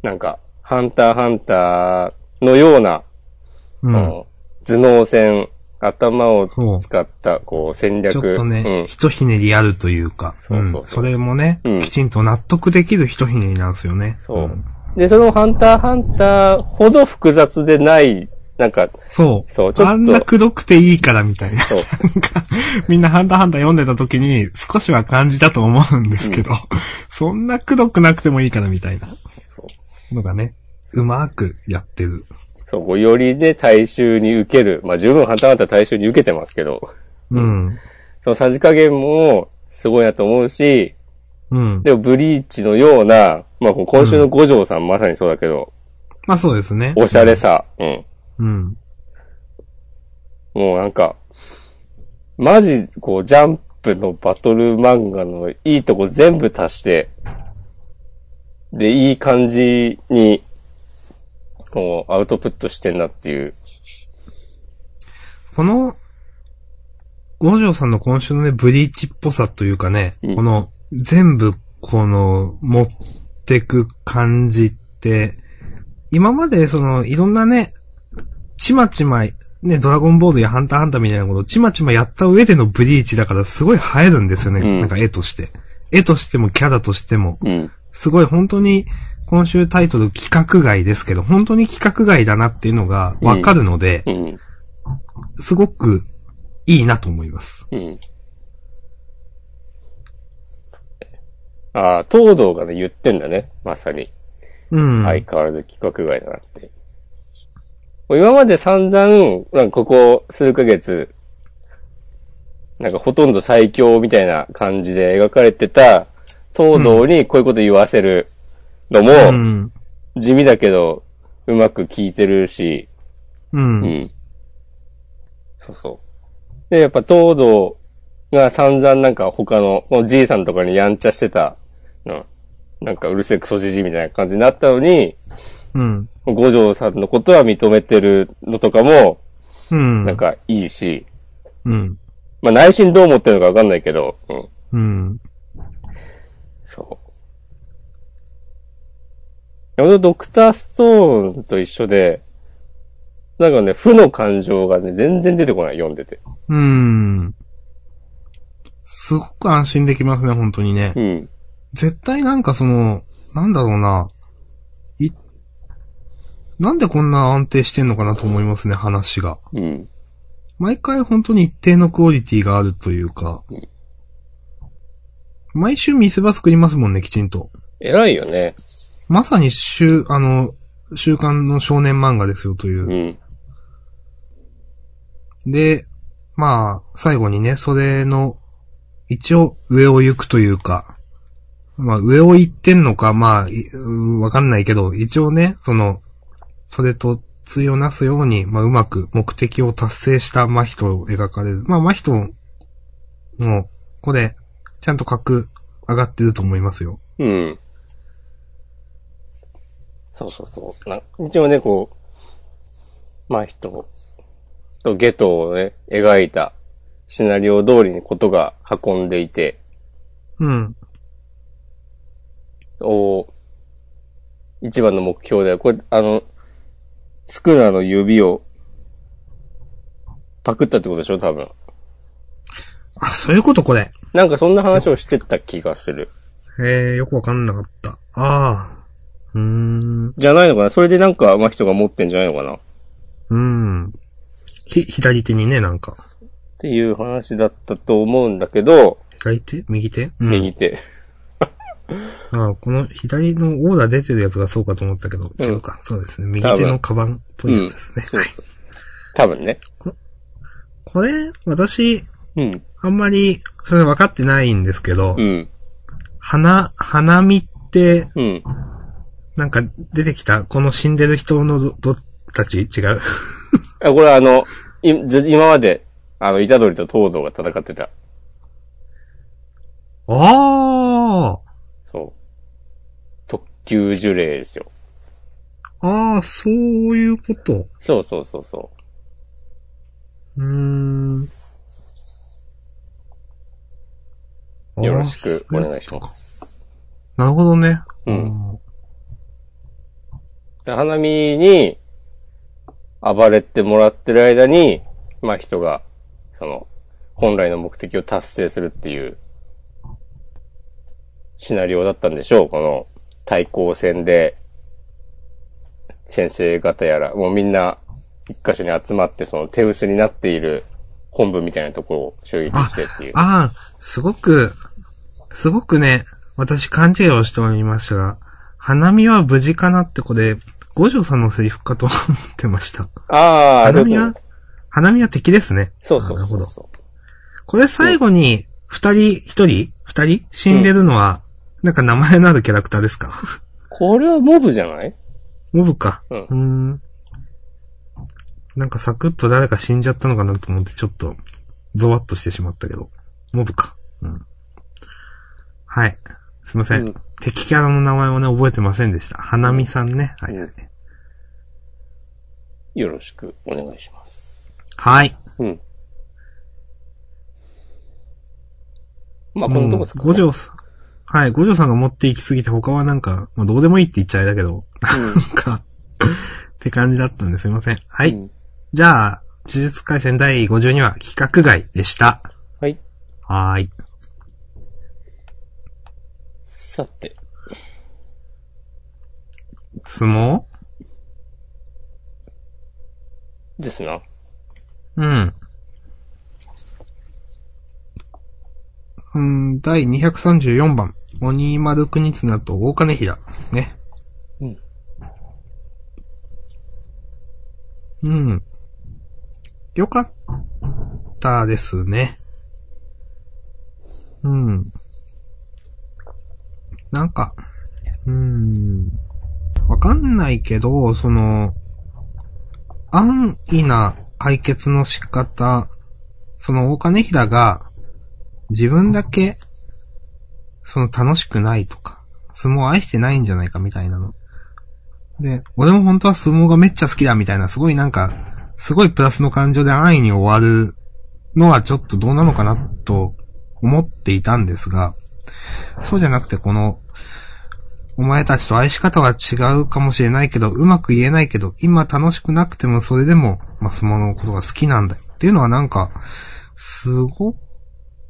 なんか、ハンターハンターのような、うあん。の頭脳戦、頭をそう使った、こう、戦略。ちょっとね、うんひとひねりあるというか、そうそうそううんそれもね、うんきちんと納得できるひとひねりなんですよね。そううん。で、そのハンターハンターほど複雑でない、なんか、そう。そうちょっとあんなくどくていいからみたいな。そう、なんか、みんなハンターハンター読んでた時に少しは感じたと思うんですけど、そんなくどくなくてもいいからみたいなそう、のがね、うまくやってる。そうこうよりで大衆に受ける。まあ、十分ハンターハンター大衆に受けてますけど、うん。そのさじ加減もすごいなと思うし、うん。でもブリーチのような、まあ、こう今週の五条さんまさにそうだけど、まあそうですね。おしゃれさ、うん。うん。もうなんか、マジ、こう、ジャンプのバトル漫画のいいとこ全部足して、で、いい感じに、こう、アウトプットしてんなっていう。この、五条さんの今週のね、ブリーチっぽさというかね、うんこの、全部、この、持ってく感じって、今まで、その、いろんなね、ちまちま、ね、ドラゴンボールやハンターハンターみたいなことをちまちまやった上でのブリーチだからすごい映えるんですよね。うんなんか絵として。絵としてもキャラとしても。うん。すごい本当に、今週タイトル企画外ですけど、本当に企画外だなっていうのがわかるので、うん。すごくいいなと思います。うん。ああ、東堂がね、言ってんだね。まさに。うん。相変わらず規格外だなって。今まで散々、なんかここ数ヶ月、なんかほとんど最強みたいな感じで描かれてた、東堂にこういうこと言わせるのも、うん。地味だけど、うまく効いてるし、う。うんん。そうそう。で、やっぱ東堂が散々なんか他の、このじいさんとかにやんちゃしてた、うん。なんかうるせえクソじじいみたいな感じになったのに、うん。五条さんのことは認めてるのとかも、うん。なんかいいし、うん。まあ内心どう思ってるのかわかんないけど、うん。うん。そう。いや俺ドクターストーンと一緒で、なんかね、負の感情がね、全然出てこない、読んでて。うん。すごく安心できますね、本当にね。うん。絶対なんかその、なんだろうな。い、なんでこんな安定してんのかなと思いますね、話が。うん。毎回本当に一定のクオリティがあるというか。毎週見せ場作りますもんね、きちんと。偉いよね。まさに週、あの、週刊の少年漫画ですよというう。ん。で、まあ、最後にね、それの、一応上を行くというか、まあ上を行ってんのか、まあ、いうわかんないけど、一応ね、その、それと対をなすように、まあうまく目的を達成した真人を描かれる。まあ真人も、これ、ちゃんと格上がってると思いますよ。うん。そうそうそう。なん一応ね、こう、まあ人とゲトをね、描いたシナリオ通りにことが運んでいて、うん。を、一番の目標で、これ、あの、スクナの指を、パクったってことでしょ多分。あ、そういうことこれ。なんかそんな話をしてた気がする。えー、よくわかんなかった。ああ。うーん。じゃないのかなそれでなんか、まあ、人が持ってんじゃないのかなっうん。ひ、左手にね、なんか。ていう話だったと思うんだけど、左手右手うん。右手。ああこの左のオーダー出てるやつがそうかと思ったけど、うん違うか。そうですね。右手のカバンっぽいやつですね。そうはい。そう。多分ね。これ、私、うん。あんまり、それ分かってないんですけど、うん。花、花見って、うん。なんか出てきた、この死んでる人のど、どたち違う。あ、これあの、いず今まで、あの、イタドリと東堂が戦ってた。ああそう。特級呪霊ですよ。ああ、そういうこと。そうそうそうそう。うーん。よろしくおあ願いします。ーなるほどね。うん。で花見に暴れてもらってる間に、まあ人が、その、本来の目的を達成するっていう、シナリオだったんでしょう。この対抗戦で、先生方やら、もうみんな一箇所に集まって、その手薄になっている本部みたいなところを襲撃してっていう。ああ、すごく、すごくね、私勘違いをしておりましたが、花見は無事かなってこれ、五条さんのセリフかと思ってました。ああ、花で見もは、花見は敵ですね。そうそうあなるそほうど。そう。これ最後に、二人、一人二人死んでるのは、なんか名前のあるキャラクターですかこれはモブじゃないモブか。うんうーん。なんかサクッと誰か死んじゃったのかなと思ってちょっと、ゾワッとしてしまったけど。モブか。うん。はい。すいません。うん敵キャラの名前をね、覚えてませんでした。花見さんね。はいはい。よろしくお願いします。はい。うん。まあ、このとこですか、ね。五条さん。はい。五条さんが持って行きすぎて他はなんか、まあどうでもいいって言っちゃあれだけど、なんか、 って感じだったんですいません。はい。うんじゃあ、呪術回戦第52話、企画外でした。はい。はーい。さて。相撲ですな。うん。うん、第234番。鬼丸国綱と大金平。ね。うん。うん。よかったですね。うん。なんか、うん。わかんないけど、その、安易な解決の仕方、その大金平が、自分だけ、その楽しくないとか、相撲を愛してないんじゃないかみたいなの。で、俺も本当は相撲がめっちゃ好きだみたいな、すごいなんか、すごいプラスの感情で安易に終わるのはちょっとどうなのかなと思っていたんですが、そうじゃなくてこの、お前たちと愛し方は違うかもしれないけど、うまく言えないけど、今楽しくなくてもそれでも、まあ、相撲のことが好きなんだよっていうのはなんか、すごく、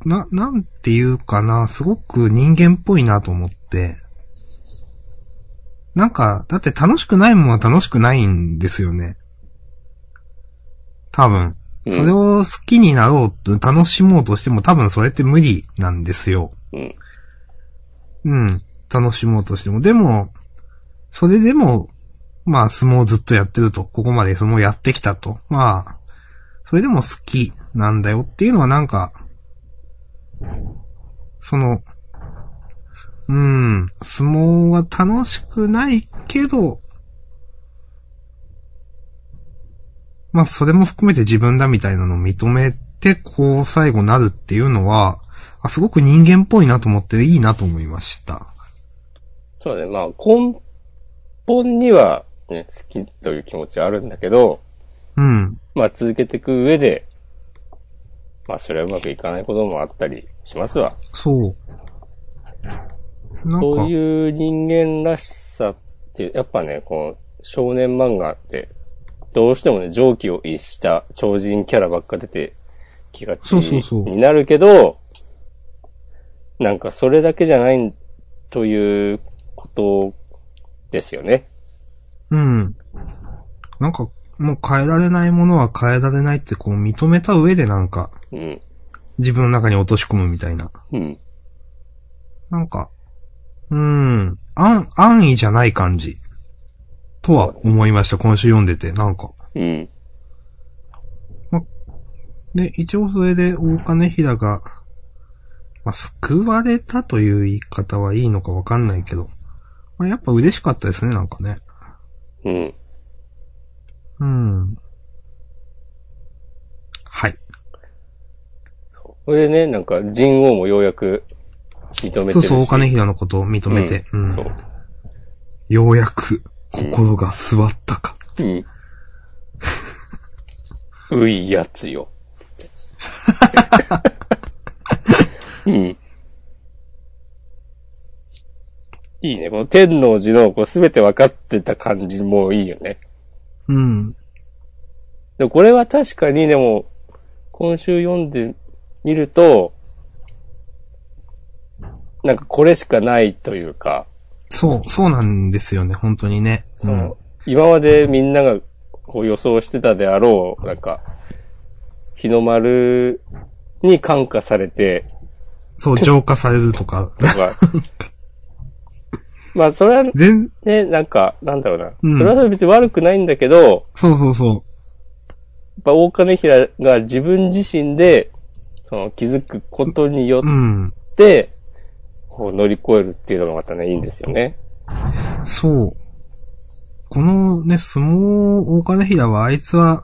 な、なんていうかな、すごく人間っぽいなと思って、なんか、だって楽しくないもんは楽しくないんですよね。多分。うんそれを好きになろうと、楽しもうとしても多分それって無理なんですよ。うん。うん。楽しもうとしても。でも、それでも、まあ、相撲をずっとやってると。ここまで相撲をやってきたと。まあ、それでも好きなんだよっていうのはなんか、その、うん、相撲は楽しくないけど、まあ、それも含めて自分だみたいなのを認めて、こう最後なるっていうのは、あ、すごく人間っぽいなと思って、いいなと思いました。そうだね。まあ、根本には、ね、好きという気持ちはあるんだけど、うん。まあ、続けていく上で、まあ、それはうまくいかないこともあったりしますわ。そう。なんか、そういう人間らしさっていう、やっぱね、この少年漫画って、どうしてもね、常軌を逸した超人キャラばっか出てきがちそうそうそうになるけど、なんかそれだけじゃないということですよね。うん。なんか、もう変えられないものは変えられないってこう認めた上でなんか、うん。自分の中に落とし込むみたいな。うん。なんか、うん、安、安易じゃない感じ。とは思いました、今週読んでて、なんか。うん。で、一応それで大金平が、まあ、救われたという言い方はいいのかわかんないけど、まあ、やっぱ嬉しかったですね、なんかね。うん。うん。はい。これでね、なんか人王もようやく認めてるし。そうそう、大金平のことを認めて、ううんんそう。ようやく心が座ったか。うん。ういやつよ。つって。うん。いいね。この天王寺のこう全て分かってた感じもいいよね。うん。でもこれは確かにでも、今週読んでみると、なんかこれしかないというか、そう、そうなんですよね、本当にね。そうんの、今までみんながこう予想してたであろう、なんか、日の丸に感化されて、そう、浄化されるとか。と か。まあ、それは全、ね、なんか、なんだろうな。うんそれは別に悪くないんだけど、やっそうそうそぱ大金平が自分自身で、その気づくことによう。うん。って、こう乗り越えるっていうのがまたね、いいんですよね。そう。このね、相撲、大金平はあいつは、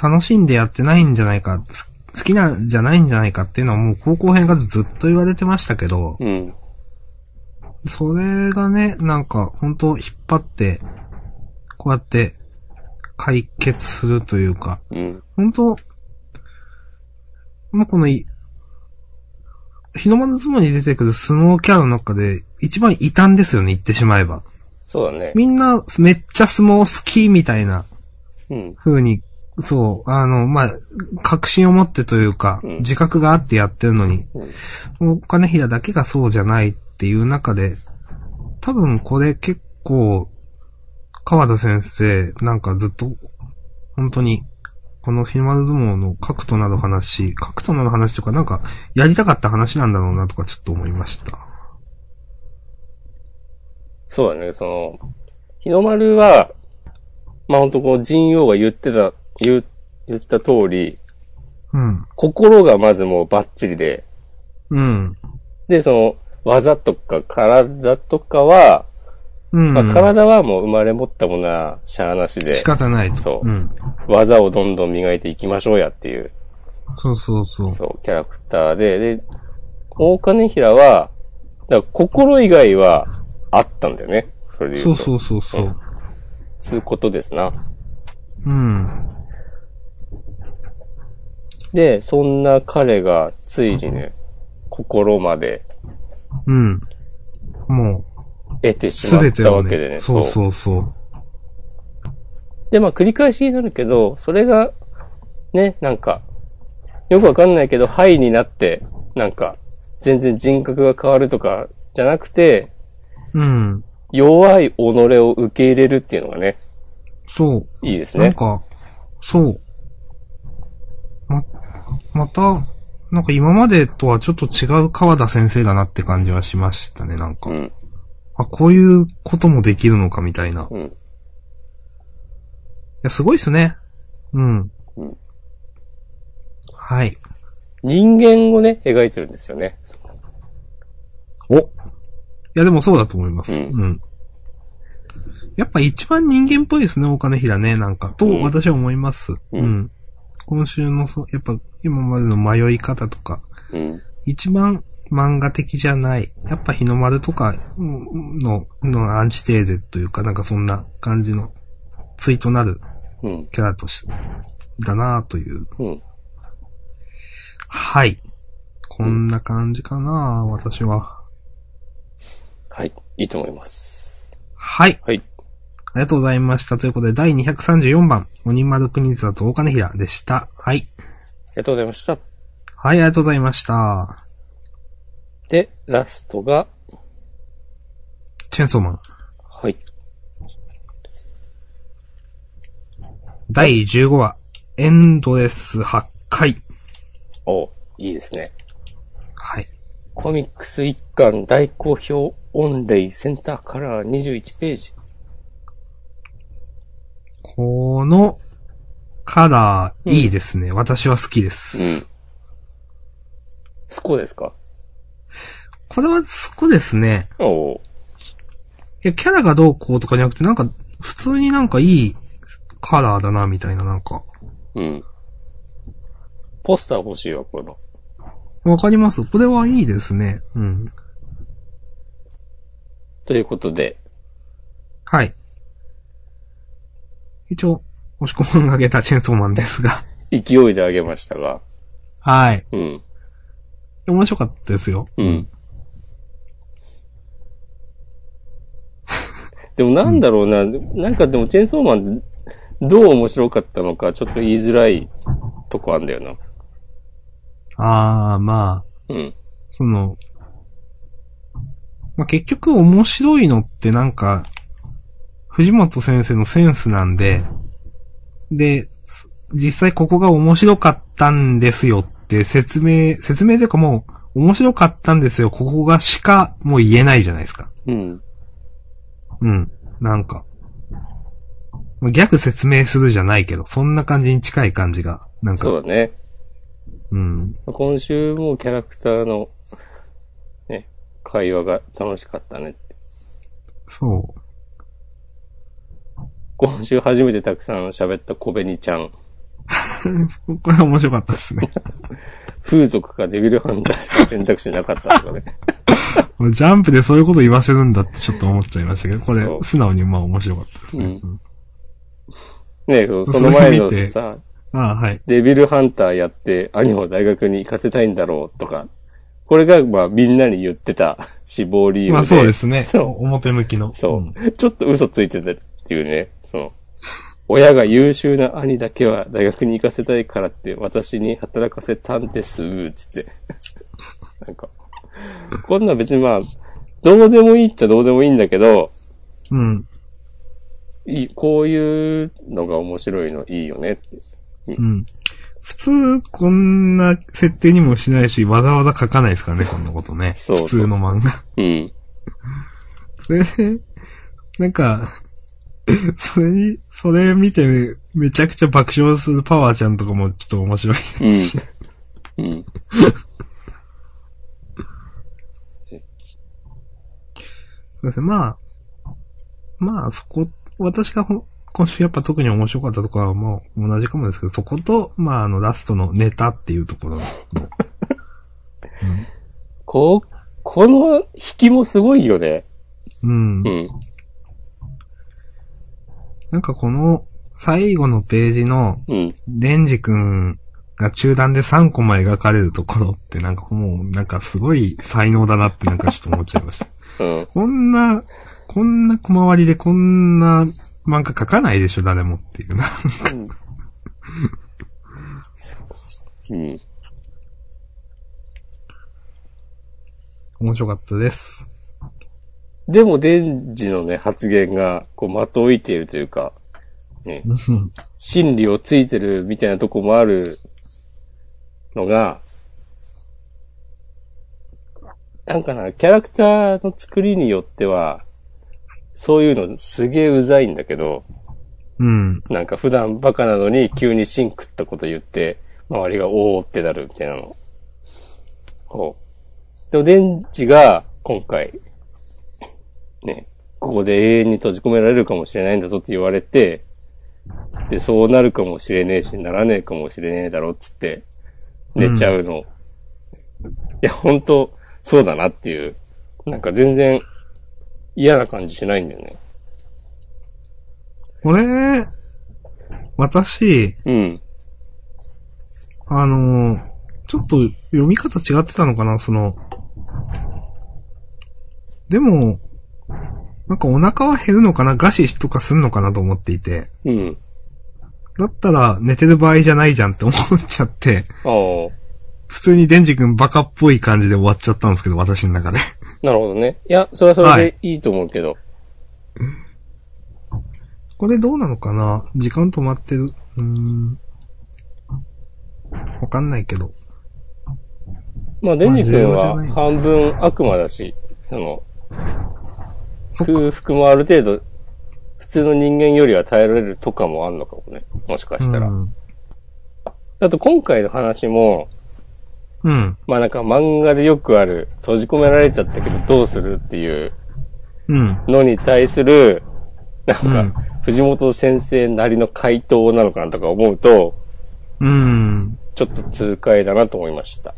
楽しんでやってないんじゃないか、す好きなんじゃないんじゃないかっていうのはもう高校編がずっと言われてましたけど、うん。それがね、なんか、本当引っ張って、こうやって、解決するというか、うん。本当もうこのい、日の丸相撲に出てくる相撲キャラの中で、一番異端ですよね、言ってしまえば。そうだね。みんな、めっちゃ相撲好きみたいなうん。風に、そう、あの、まあ、確信を持ってというか、うん自覚があってやってるのに、うんお金平だけがそうじゃないっていう中で、多分これ結構、川田先生、なんかずっと、本当に、このフィルマル相撲の核となる話、核となる話とかなんか、やりたかった話なんだろうなとかちょっと思いました。そうだね、その、日の丸は、まあ本当こう、神王が言ってた、言う、言った通り、うん。心がまずもうバッチリで、うん。で、その、技とか体とかは、うん。まあ体はもう生まれ持ったものはしゃあなしで仕、方ないと。そううん。技をどんどん磨いていきましょうやっていう、そうそうそう。そう、キャラクターで、で、大金平は、だから心以外はあったんだよね。それで言そううと。。そうそうそううんつうことですな。うん。で、そんな彼がついにね、心までうん。も得てう、しすまっべてたをわねけでね。そうそうそう。で、まあ繰り返しになるけど、それが、ね、なんか、よくわかんないけど、ハイになって、なんか、全然人格が変わるとか、じゃなくて、うん。弱い己を受け入れるっていうのがね、そう。いいですなんね。か、そう。ま、また、なんか今までとはちょっと違う川田先生だなって感じはしましたね、なんか。うん。あ、こういうこともできるのかみたいな。いうん。や、すごいっすね。うん。うんはい。人間をね、描いてるんですよね。おいや、でもそうだと思います。ううんん。やっぱ一番人間っぽいですね、お金平ね、なんか、とうん私は思います。う。うんん今週のそう、やっぱ今までの迷い方とか、うん。一番漫画的じゃない。やっぱ日の丸とかの、のアンチテーゼというか、なんかそんな感じの、ツイートなるうん。キャラとし、だなという。うん。はい。こんな感じかな私は。はい。いいと思います。はい。はい。ありがとうございました。ということで、第234番、鬼丸国津と大金平でした。はい。ありがとうございました。はい、ありがとうございました。で、ラストが、チェンソーマン。はい。第15話、エンドレス8回。おいいですね。はい。コミックス一巻大好評、オンレイセンターカラー21ページ。このカラーいいですね。私は好きです。ん。スコですかこれはそこですね。おおいや、キャラがどうこうとかじゃなくて、なんか、普通になんかいいカラーだな、みたいな、なんか。うん。ポスター欲しいわ、この。わかりますこれはいいですね。うん。ということで、はい。一応、押し込まんがげたチェンソーマンですが。勢いであげましたが、はい。うん。面白かったですよ。うん。 でもなんだろうな、なんかでもチェーンソーマンどう面白かったのか、ちょっと言いづらいとこあんだよな。あー、まあ、うん。その、まあ、結局面白いのってなんか、藤本先生のセンスなんで、で、す実際ここが面白かったんですよって説明、説明というかもう、面白かったんですよ、ここがしかもう言えないじゃないですか。うん。うん。なんか。まあ逆説明するじゃないけど、そんな感じに近い感じが、なんそか、うだね。うん。今週もキャラクターの、ね、会話が楽しかったね。そう。今週初めてたくさん喋った小紅ちゃん。 これは面白かったです ね。風俗かデビルハンターしか選択肢なかったとか ね。これジャンプでそういうこと言わせるんだってちょっと思っちゃいましたけど、これそ、う素直にまあ面白かったですね。うんうんねその前のそれ見てさ、ああ、はい。デビルハンターやって、兄を大学に行かせたいんだろうとか、これが、まあ、みんなに言ってた死亡理由で。まあそうで。すね。そう表向きの。そんう。ちょっと嘘ついてたっていうね、その、親が優秀な兄だけは大学に行かせたいからって、私に働かせたんです、つって。なんか、こんなん別にまあ、どうでもいいっちゃどうでもいいんだけど、うん。いい、こういうのが面白いのいいよねって。うん。普通、こんな設定にもしないし、わざわざ書かないですからね、こんなことね。そうそう普通の漫画。うん。 それで、なんか、それに、それ見て、めちゃくちゃ爆笑するパワーちゃんとかもちょっと面白い。 うん。うん。そうですね。 まあ、まあ、そこ、私がほ今週やっぱ特に面白かったところは、まあ、同じかもですけど、そこと、まあ、あの、ラストのネタっていうと ころの。こう、この引きもすごいよね。うん。うん。なんかこの、最後のページの、うん。レンジ君が中断で3コマ描かれるところって、なんかもう、なんかすごい才能だなってなんかちょっと思っちゃいました。うん。こんな、こんな小回りでこんな漫画描かないでしょ、誰もっていうな。うん。 面白かったです。でも、デンジのね、発言が、こう、まといているというか、ね、うん真理をついてるみたいなとこもあるのが、なんかな、キャラクターの作りによっては、そういうのすげえうざいんだけど、うん。なんか普段バカなのに急にシンクったこと言って、周りがおーってなるみたいなの。こう。でも電池が今回、ね、ここで永遠に閉じ込められるかもしれないんだぞって言われて、で、そうなるかもしれねえし、ならねえかもしれねえだろっつって、寝ちゃうの。いや、ほんと、そうだなっていう。なんか全然嫌な感じしないんだよね。これ、私、うん。あのーちょっと読み方違ってたのかな、その、でも、なんかお腹は減るのかな、餓死とかすんのかなと思っていて、うん。だったら寝てる場合じゃないじゃんって思っちゃって、ああ。普通にデンジ君バカっぽい感じで終わっちゃったんですけど、私の中で。なるほどね。いや、それはそれでいいと思うけど。これどうなのかな時間止まってる。うーん。わかんないけど。まあ、デンジ君はまあ重要じゃ半分悪魔だし、その、そっか。空腹もある程度、普通の人間よりは耐えられるとかもあんのかもね。もしかしたら。うん。あと今回の話も、うん。まあなんか漫画でよくある、閉じ込められちゃったけどどうするっていううん。のに対する、なうんんか、藤本先生なりの回答なのかなとか思うと、うん。ちょっと痛快だなと思いました。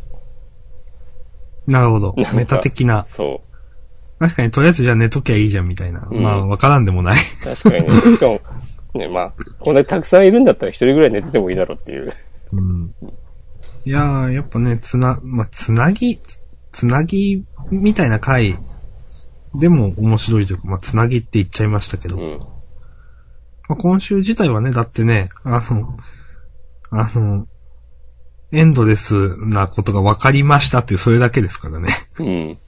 なるほどなんか。メタ的な。そう。確かに、とりあえずじゃあ寝ときゃいいじゃんみたいな。うんまあ、わからんでもない。確かにね。しかも、ね、まあ、こんだけたくさんいるんだったら一人ぐらい寝ててもいいだろうっていう。うん。いやー、やっぱね、つな、まあ、つなぎ、つつなぎみたいな回でも面白いというか、まあ、つなぎって言っちゃいましたけど。うん。まあ、今週自体はね、だってね、あの、あの、エンドレスなことが分かりましたっていう、それだけですからね。うん。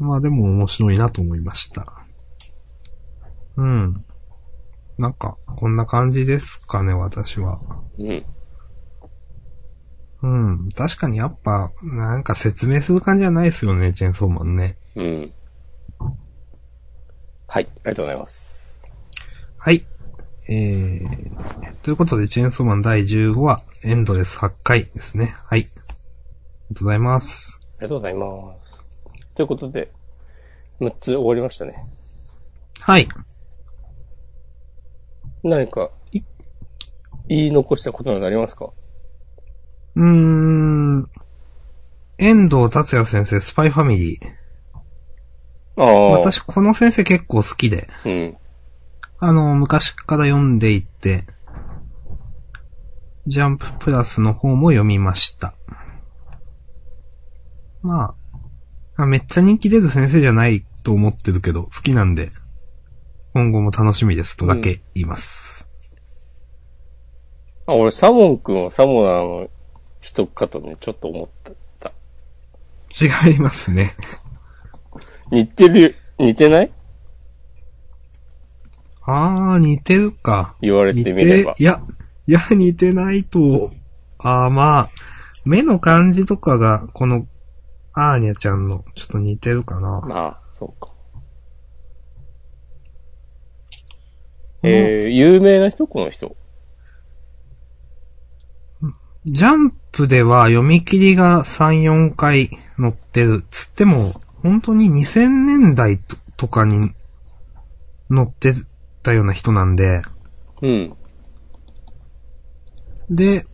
まあでも面白いなと思いました。うん。なんか、こんな感じですかね、私は。うん。うん。確かにやっぱ、なんか説明する感じじゃないですよね、チェーンソーマンね。うん。はい。ありがとうございます。はい。えー、ということで、チェーンソーマン第15話、エンドレス8回ですね。はい。ありがとうございます。ありがとうございます。ということで、6つ終わりましたね。はい。何か、い言い残したことなどありますかうーん。遠藤達也先生、スパイファミリー。ああ。私、この先生結構好きで。うん。あの、昔から読んでいて、ジャンププラスの方も読みました。まあ、あめっちゃ人気出る先生じゃないと思ってるけど、好きなんで、今後も楽しみですとだけ言います。あ、俺、サモン君はサモナーの人かとね、ちょっと思った。違いますね。似てる、似てないあー、似てるか。言われてみれば似て。いや、いや、似てないと、ああ、まあ、目の感じとかが、この、アーニャちゃんの、ちょっと似てるかな。まあ、そうか。えー、有名な人この人。ジャンプでは読み切りが3、4回載ってる。つっても、本当に2000年代ととかに載ってたような人なんで、うん。で、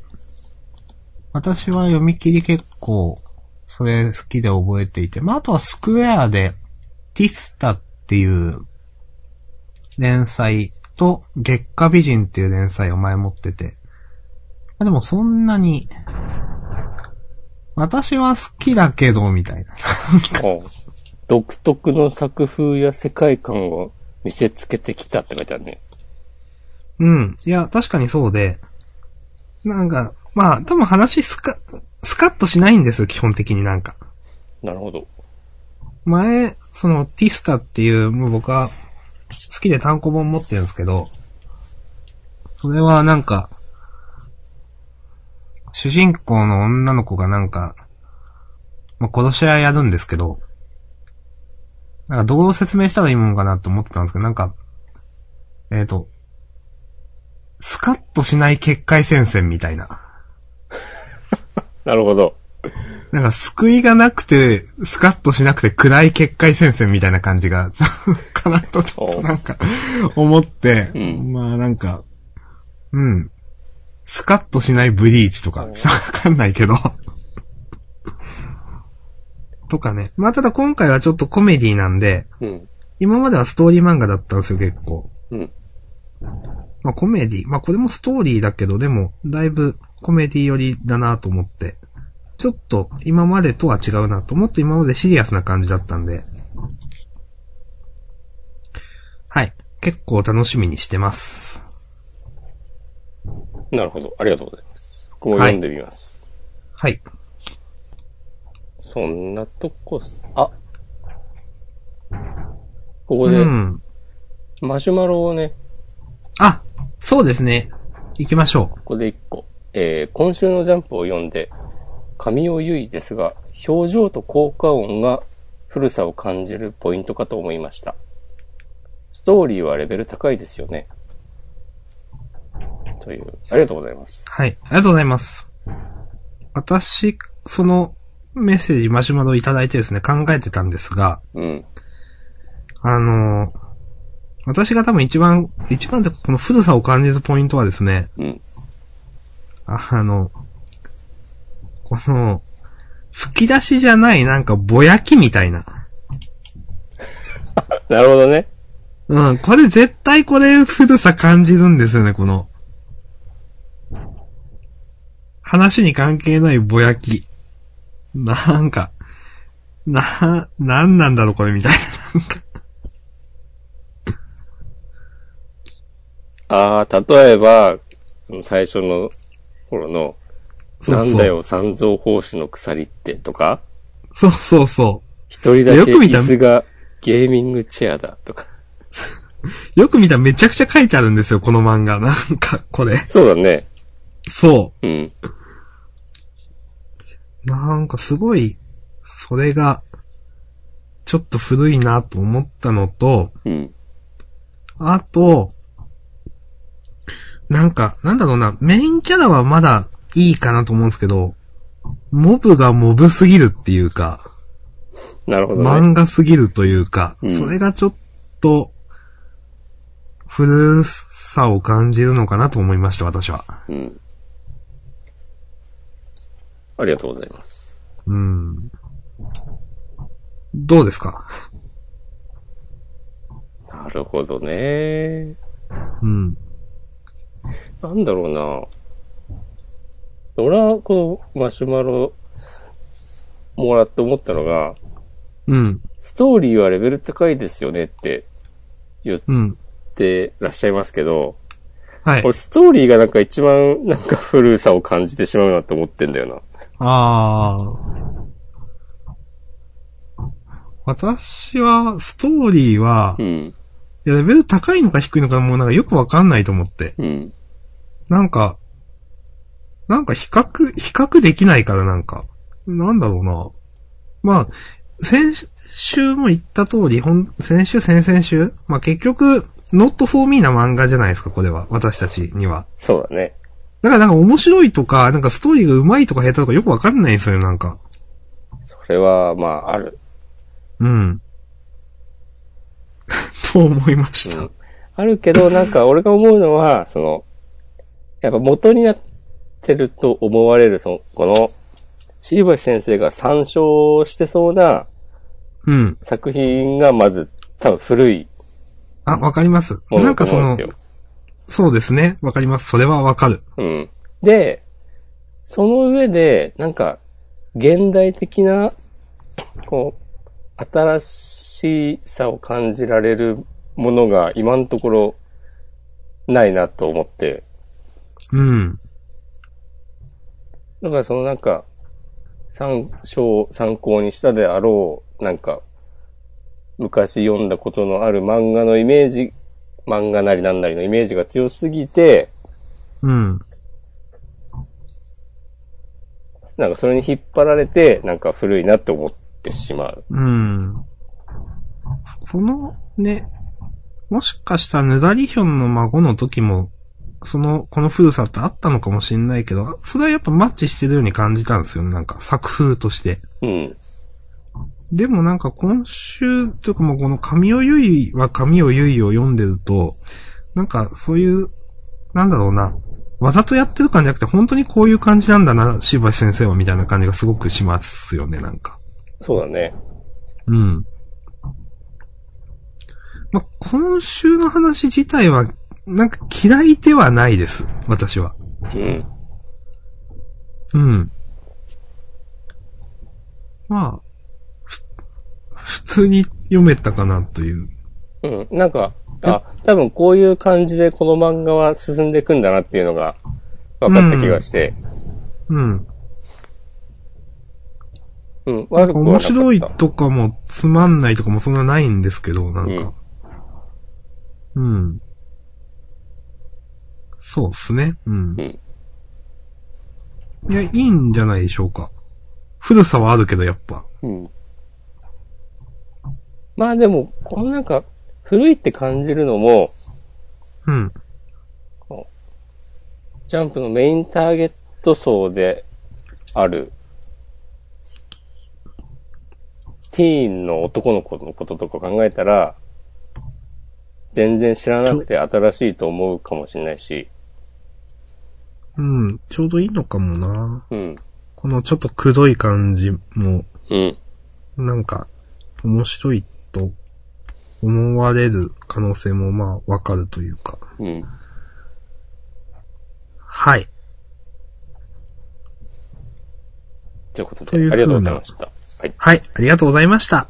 私は読み切り結構、それ好きで覚えていて、まあ、あとはスクエアで、ティスタっていう連載と、月下美人っていう連載を前もってて、まあ、でもそんなに、私は好きだけど、みたいな。あ独特の作風や世界観を見せつけてきたって書いてあるね。うん。いや、確かにそうで、なんか、まあ、多分話スカ、スカッとしないんですよ、基本的になんか。なるほど。前、その、ティスタっていう、もう僕は、好きで単行本持ってるんですけど、それはなんか、主人公の女の子がなんか、まあ、殺し合いやるんですけど、なんかどう説明したらいいもんかなと思ってたんですけど、なんか、えっ、ー、と、スカッとしない結界戦線みたいな。なるほど。なんか救いがなくて、スカッとしなくて暗い結界戦線みたいな感じが、ち ょかなとちょっとなんか、思って、うんまあなんか、うん。スカッとしないブリーチとか、ちょっとわかんないけど。とかね。まあただ今回はちょっとコメディなんで、うん。今まではストーリー漫画だったんですよ、結構。うん。まあコメディ。まあこれもストーリーだけど、でも、だいぶコメディ寄りだなと思って。ちょっと今までとは違うなと。もっと今までシリアスな感じだったんで。はい。結構楽しみにしてます。なるほど。ありがとうございます。僕も読んでみます。はい。そんなとこっす、あここうで、ん。マシュマロをね、あ、そうですね。行きましょう。ここで一個。えー、今週のジャンプを読んで、神尾優衣ですが、表情と効果音が古さを感じるポイントかと思いました。ストーリーはレベル高いですよね。という、ありがとうございます。はい。ありがとうございます。私、そのメッセージマシュマロいただいてですね、考えてたんですが、うん。あのー私が多分一番、一番ってこの古さを感じるポイントはですね、うん。ああの、この、吹き出しじゃないなんかぼやきみたいな。なるほどね。うん、これ絶対これ古さ感じるんですよね、この。話に関係ないぼやき。なんか、な、なんなんだろうこれみたいああ、例えば、最初の頃の、そうそうなんだよ、三蔵法師の鎖ってとか、な。そうそうそう。一人だけよく見た椅子がゲーミングチェアだとか。よく見たらめちゃくちゃ書いてあるんですよ、この漫画。なんか、これ。そうだね。そうん。う。なんかすごい、それが、ちょっと古いなと思ったのと、うん。あと、なんか、なんだろうな、メインキャラはまだいいかなと思うんですけど、モブがモブすぎるっていうか、なるほどね。漫画すぎるというか、うんそれがちょっと、古さを感じるのかなと思いました、私は。うん。ありがとうございます。うん。どうですかなるほどね。うん。なんだろうな。俺は、こう、マシュマロ、もらって思ったのが、うん。ストーリーはレベル高いですよねって言っうん。てらっしゃいますけど、はい。俺ストーリーがなんか一番なんか古さを感じてしまうなって思ってんだよな。ああ。私は、ストーリーはう、ん。いや、レベル高いのか低いのかもうなんかよくわかんないと思って。うん。なんか、なんか比較、比較できないからなんか。なんだろうな。まあ、先週も言った通り、ほん、先週、先々週まあ結局、 not for me な漫画じゃないですか、これは。私たちには。そうだね。だからなんか面白いとか、なんかストーリーが上手いとか下手とかよくわかんないんですよ、なんか。それは、まあ、ある。うん。 と思いましうたん。。あるけど、なんか俺が思うのは、その、やっぱ元になってると思われる、その、この、椎橋先生が参照してそうなうん。作品がまず多分古いあ、わかります。ものなだんかとそ思うんのです、よ。そうですね。わかります。それはわかる。うん。で、その上で、なんか、現代的な、こう、新しさを感じられるものが今のところないなと思って、うん。だからそのなんか、参照、参考にしたであろう、なんか、昔読んだことのある漫画のイメージ、漫画なりなんなりのイメージが強すぎて、うん。なんかそれに引っ張られて、なんか古いなって思ってしまう。うん。この、ね、もしかしたらヌダリヒョンの孫の時も、その、この古さってあったのかもしんないけど、それはやっぱマッチしてるように感じたんですよね、なんか作風として。うん。でもなんか今週というかもうこの神尾ゆいは神尾ゆいを読んでると、なんかそういう、なんだろうな、わざとやってる感じじゃなくて本当にこういう感じなんだな、柴橋先生はみたいな感じがすごくしますよね、なんか。そうだね。うん。まあ、今週の話自体は、なんか嫌いではないです、私は。うん。うん。まあ、ふ、普通に読めたかなという。うん。なんか、あ、多分こういう感じでこの漫画は進んでいくんだなっていうのが分かった気がして、うん。うん。な悪くんかはなか面った。白いとかもつまんないとかもそんなないんですけど、なんか。うん。そうっすね。うん。うんいや、いいんじゃないでしょうか。古さはあるけど、やっぱ。うん。まあでも、このなんか、古いって感じるのも、うん。ジャンプのメインターゲット層である、ティーンの男の子のこととか考えたら、全然知らなくて新しいと思うかもしれないし、うん。ちょうどいいのかもな。うん。このちょっとくどい感じも、うん。なんか、面白いと思われる可能性もまあ、わかるというか。うん。はい。ということで、というふあうなりがとうございました。はい。はい、ありがとうございました。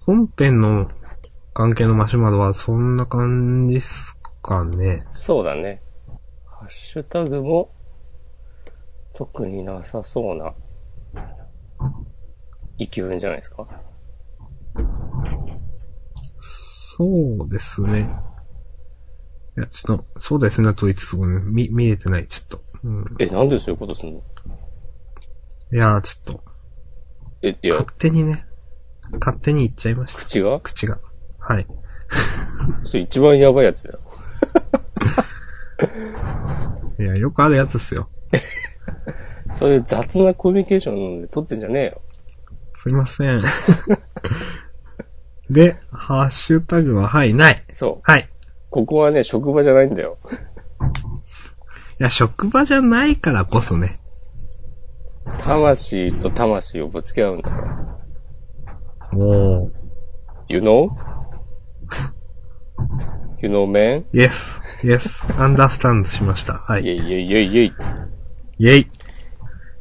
本編の関係のマシュマロはそんな感じっすかね。そうだね。ハッシュタグも、特になさそうな、勢いじゃないですか。そうですね。いや、ちょっと、そうですね、と言いつつごめん、見、見えてない、ちょっと。うん、え、なんでそういうことすんのいやー、ちょっと、え、いや、勝手にね、勝手に言っちゃいました。口が口が。はい。それ一番やばいやつだよ。いや、よくあるやつっすよ。そういう雑なコミュニケーションで撮ってんじゃねえよ。すいません。 で、ハッシュタグは、はい、ない。そう。はい。ここはね、職場じゃないんだよ。いや、職場じゃないからこそね。魂と魂をぶつけ合うんだから。おー。 You know?You know, man? Yes, yes, understand しました。はイェい。イイェイイェイイェイ。イェイ。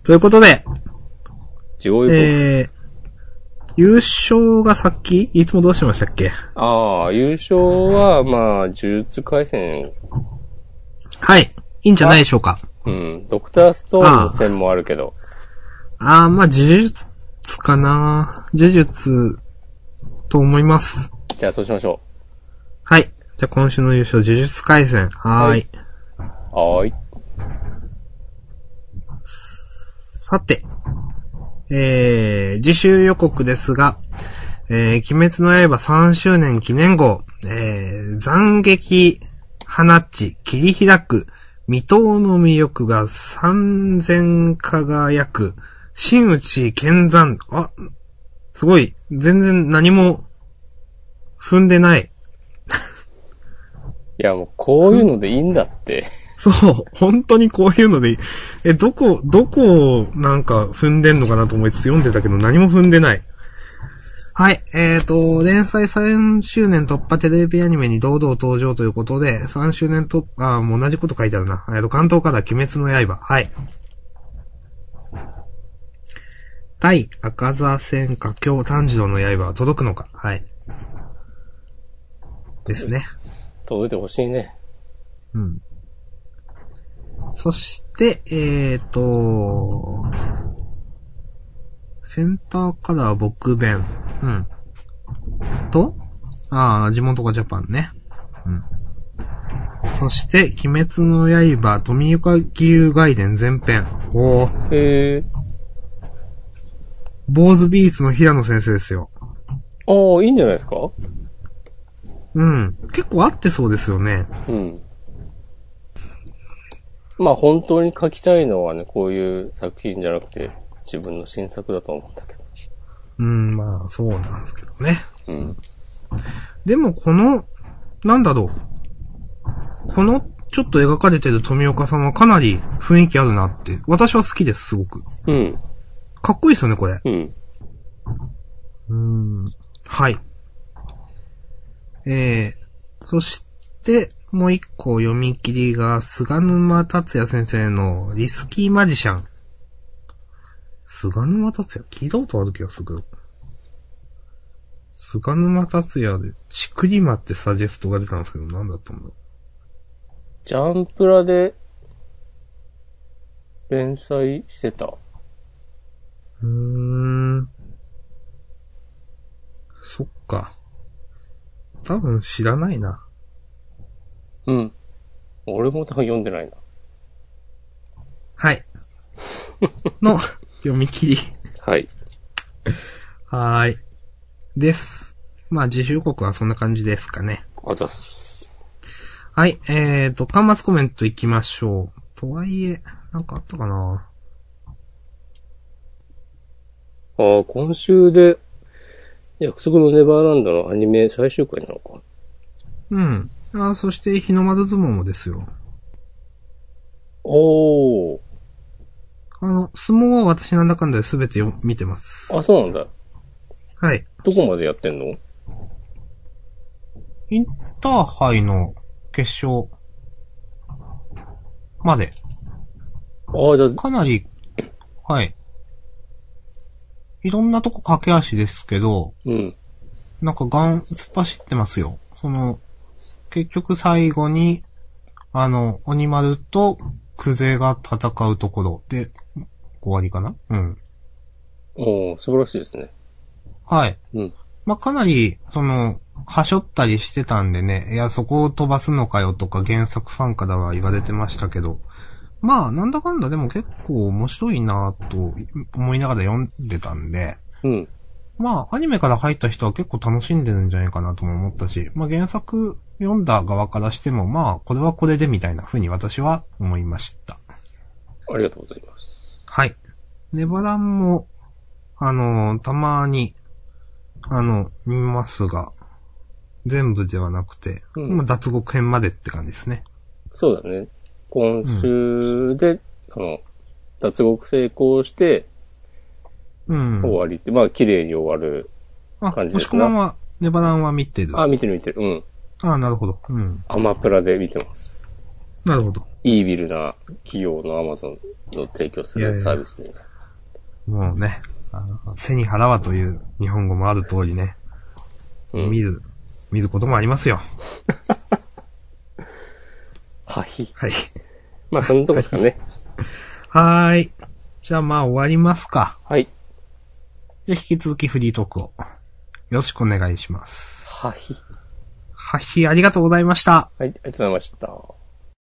ということで、ジョイボーえー、優勝がさっきいつもどうしましたっけああ、優勝は、まあ、呪術回戦。はい。いいんじゃないでしょうか。うん。ドクターストーンの戦もあるけど。あー、まあ、呪術かな呪術、と思います。じゃあ、そうしましょはい。じゃあ今週の優勝、呪術回戦。ははーい。いいう。はーい。さて、えー、次週予告ですが、えー、鬼滅の刃3周年記念号、えー、斬撃、放ち、切り開く、未踏の魅力が三千輝く、真打剣山、あ、すごい、全然何も踏んでない。いや、もうこういうのでいいんだって。 そう、本当にこういうのでいい、え、どこ、どこをなんか踏んでんのかなと思いつつ読んでたけど何も踏んでない。はい、えーと、連載3周年突破テレビアニメに堂々登場ということで、3周年突破、あー、もう同じこと書いてあるな。えーと、関東から鬼滅の刃。はい。対赤座戦火京炭治郎の刃は届くのか。はい。ですね。届いてほしいね。うん。そして、えっ、と、センターカラー僕弁。うん。と、ああ、地元がジャパンね。うん。そして、鬼滅の刃、富岡義勇外伝前編。おー、へえ。坊主ビーツの平野先生ですよ。ああ、いいんじゃないですかうん。結構合ってそうですよね。うん。まあ本当に書きたいのはね、こういう作品じゃなくて、自分の新作だと思うんだけど。うん、まあ、そうなんですけどね。うん。でもこの、なんだろう。この、ちょっと描かれてる富岡さんはかなり雰囲気あるなって。私は好きです、すごく。うん。かっこいいですよね、これ。うん。うん。はい。えー、そして、もう一個読み切りが、菅沼達也先生のリスキーマジシャン。菅沼達也聞いたことある気がするけど。菅沼達也で、ちくりまってサジェストが出たんですけど、なんだったんだろうジャンプラで、連載してた。うーん。そっか。多分知らないな。うん。俺も多分読んでないな。はい。 の、読み切り。はい。はーい。です。まあ、自習国はそんな感じですかね。あざっす。はい、えーと、端末コメント行きましょう。とはいえ、なんかあったかなああ、今週で、約束のネバーランドのアニメ最終回なのか。うん。あーそして、日の丸相撲もですよ。おお。あの、相撲は私なんだかんだで全てよ見てます。あ、そうなんだ。はい。どこまでやってんのインターハイの決勝まで、ああ、じゃあ、かなり、はい。いろんなとこ駆け足ですけど、うん。なんかガン、突っ走ってますよ。その、結局最後に、あの、鬼丸とクゼが戦うところで、終わりかなうん。おお素晴らしいですね。はい。うん。まあ、かなり、その、はしょったりしてたんでね、いや、そこを飛ばすのかよとか原作ファンからは言われてましたけど、まあ、なんだかんだでも結構面白いなぁと思いながら読んでたんで、うん。まあ、アニメから入った人は結構楽しんでるんじゃないかなとも思ったし、まあ、原作読んだ側からしても、まあ、これはこれでみたいな風に私は思いました。ありがとうございます。はい。ネバランも、あのーたまに、あの、見ますが、全部ではなくて、うんまあ脱獄編までって感じですね。そうだね。今週で、あの、脱獄成功してうん。終わりって、まあ綺麗に終わる。あ、感じでもしすくかは、ネバランは見てる。あ、あ見てる見てる。うん。あ、なるほど。うん。アマプラで見てます。なるほど。イービルな企業のアマゾンの提供すいやいるやサービスに。もうね、あの背に腹はという日本語もある通りね、うん見る、見ることもありますよ。はい。はい。まあそんなとこですかね。はーい。じゃあまあ終わりますか。 はい。じゃあ引き続きフリートークを。よろしくお願いします。はい。はひ、ありがとうございました。はい、ありがとうございました。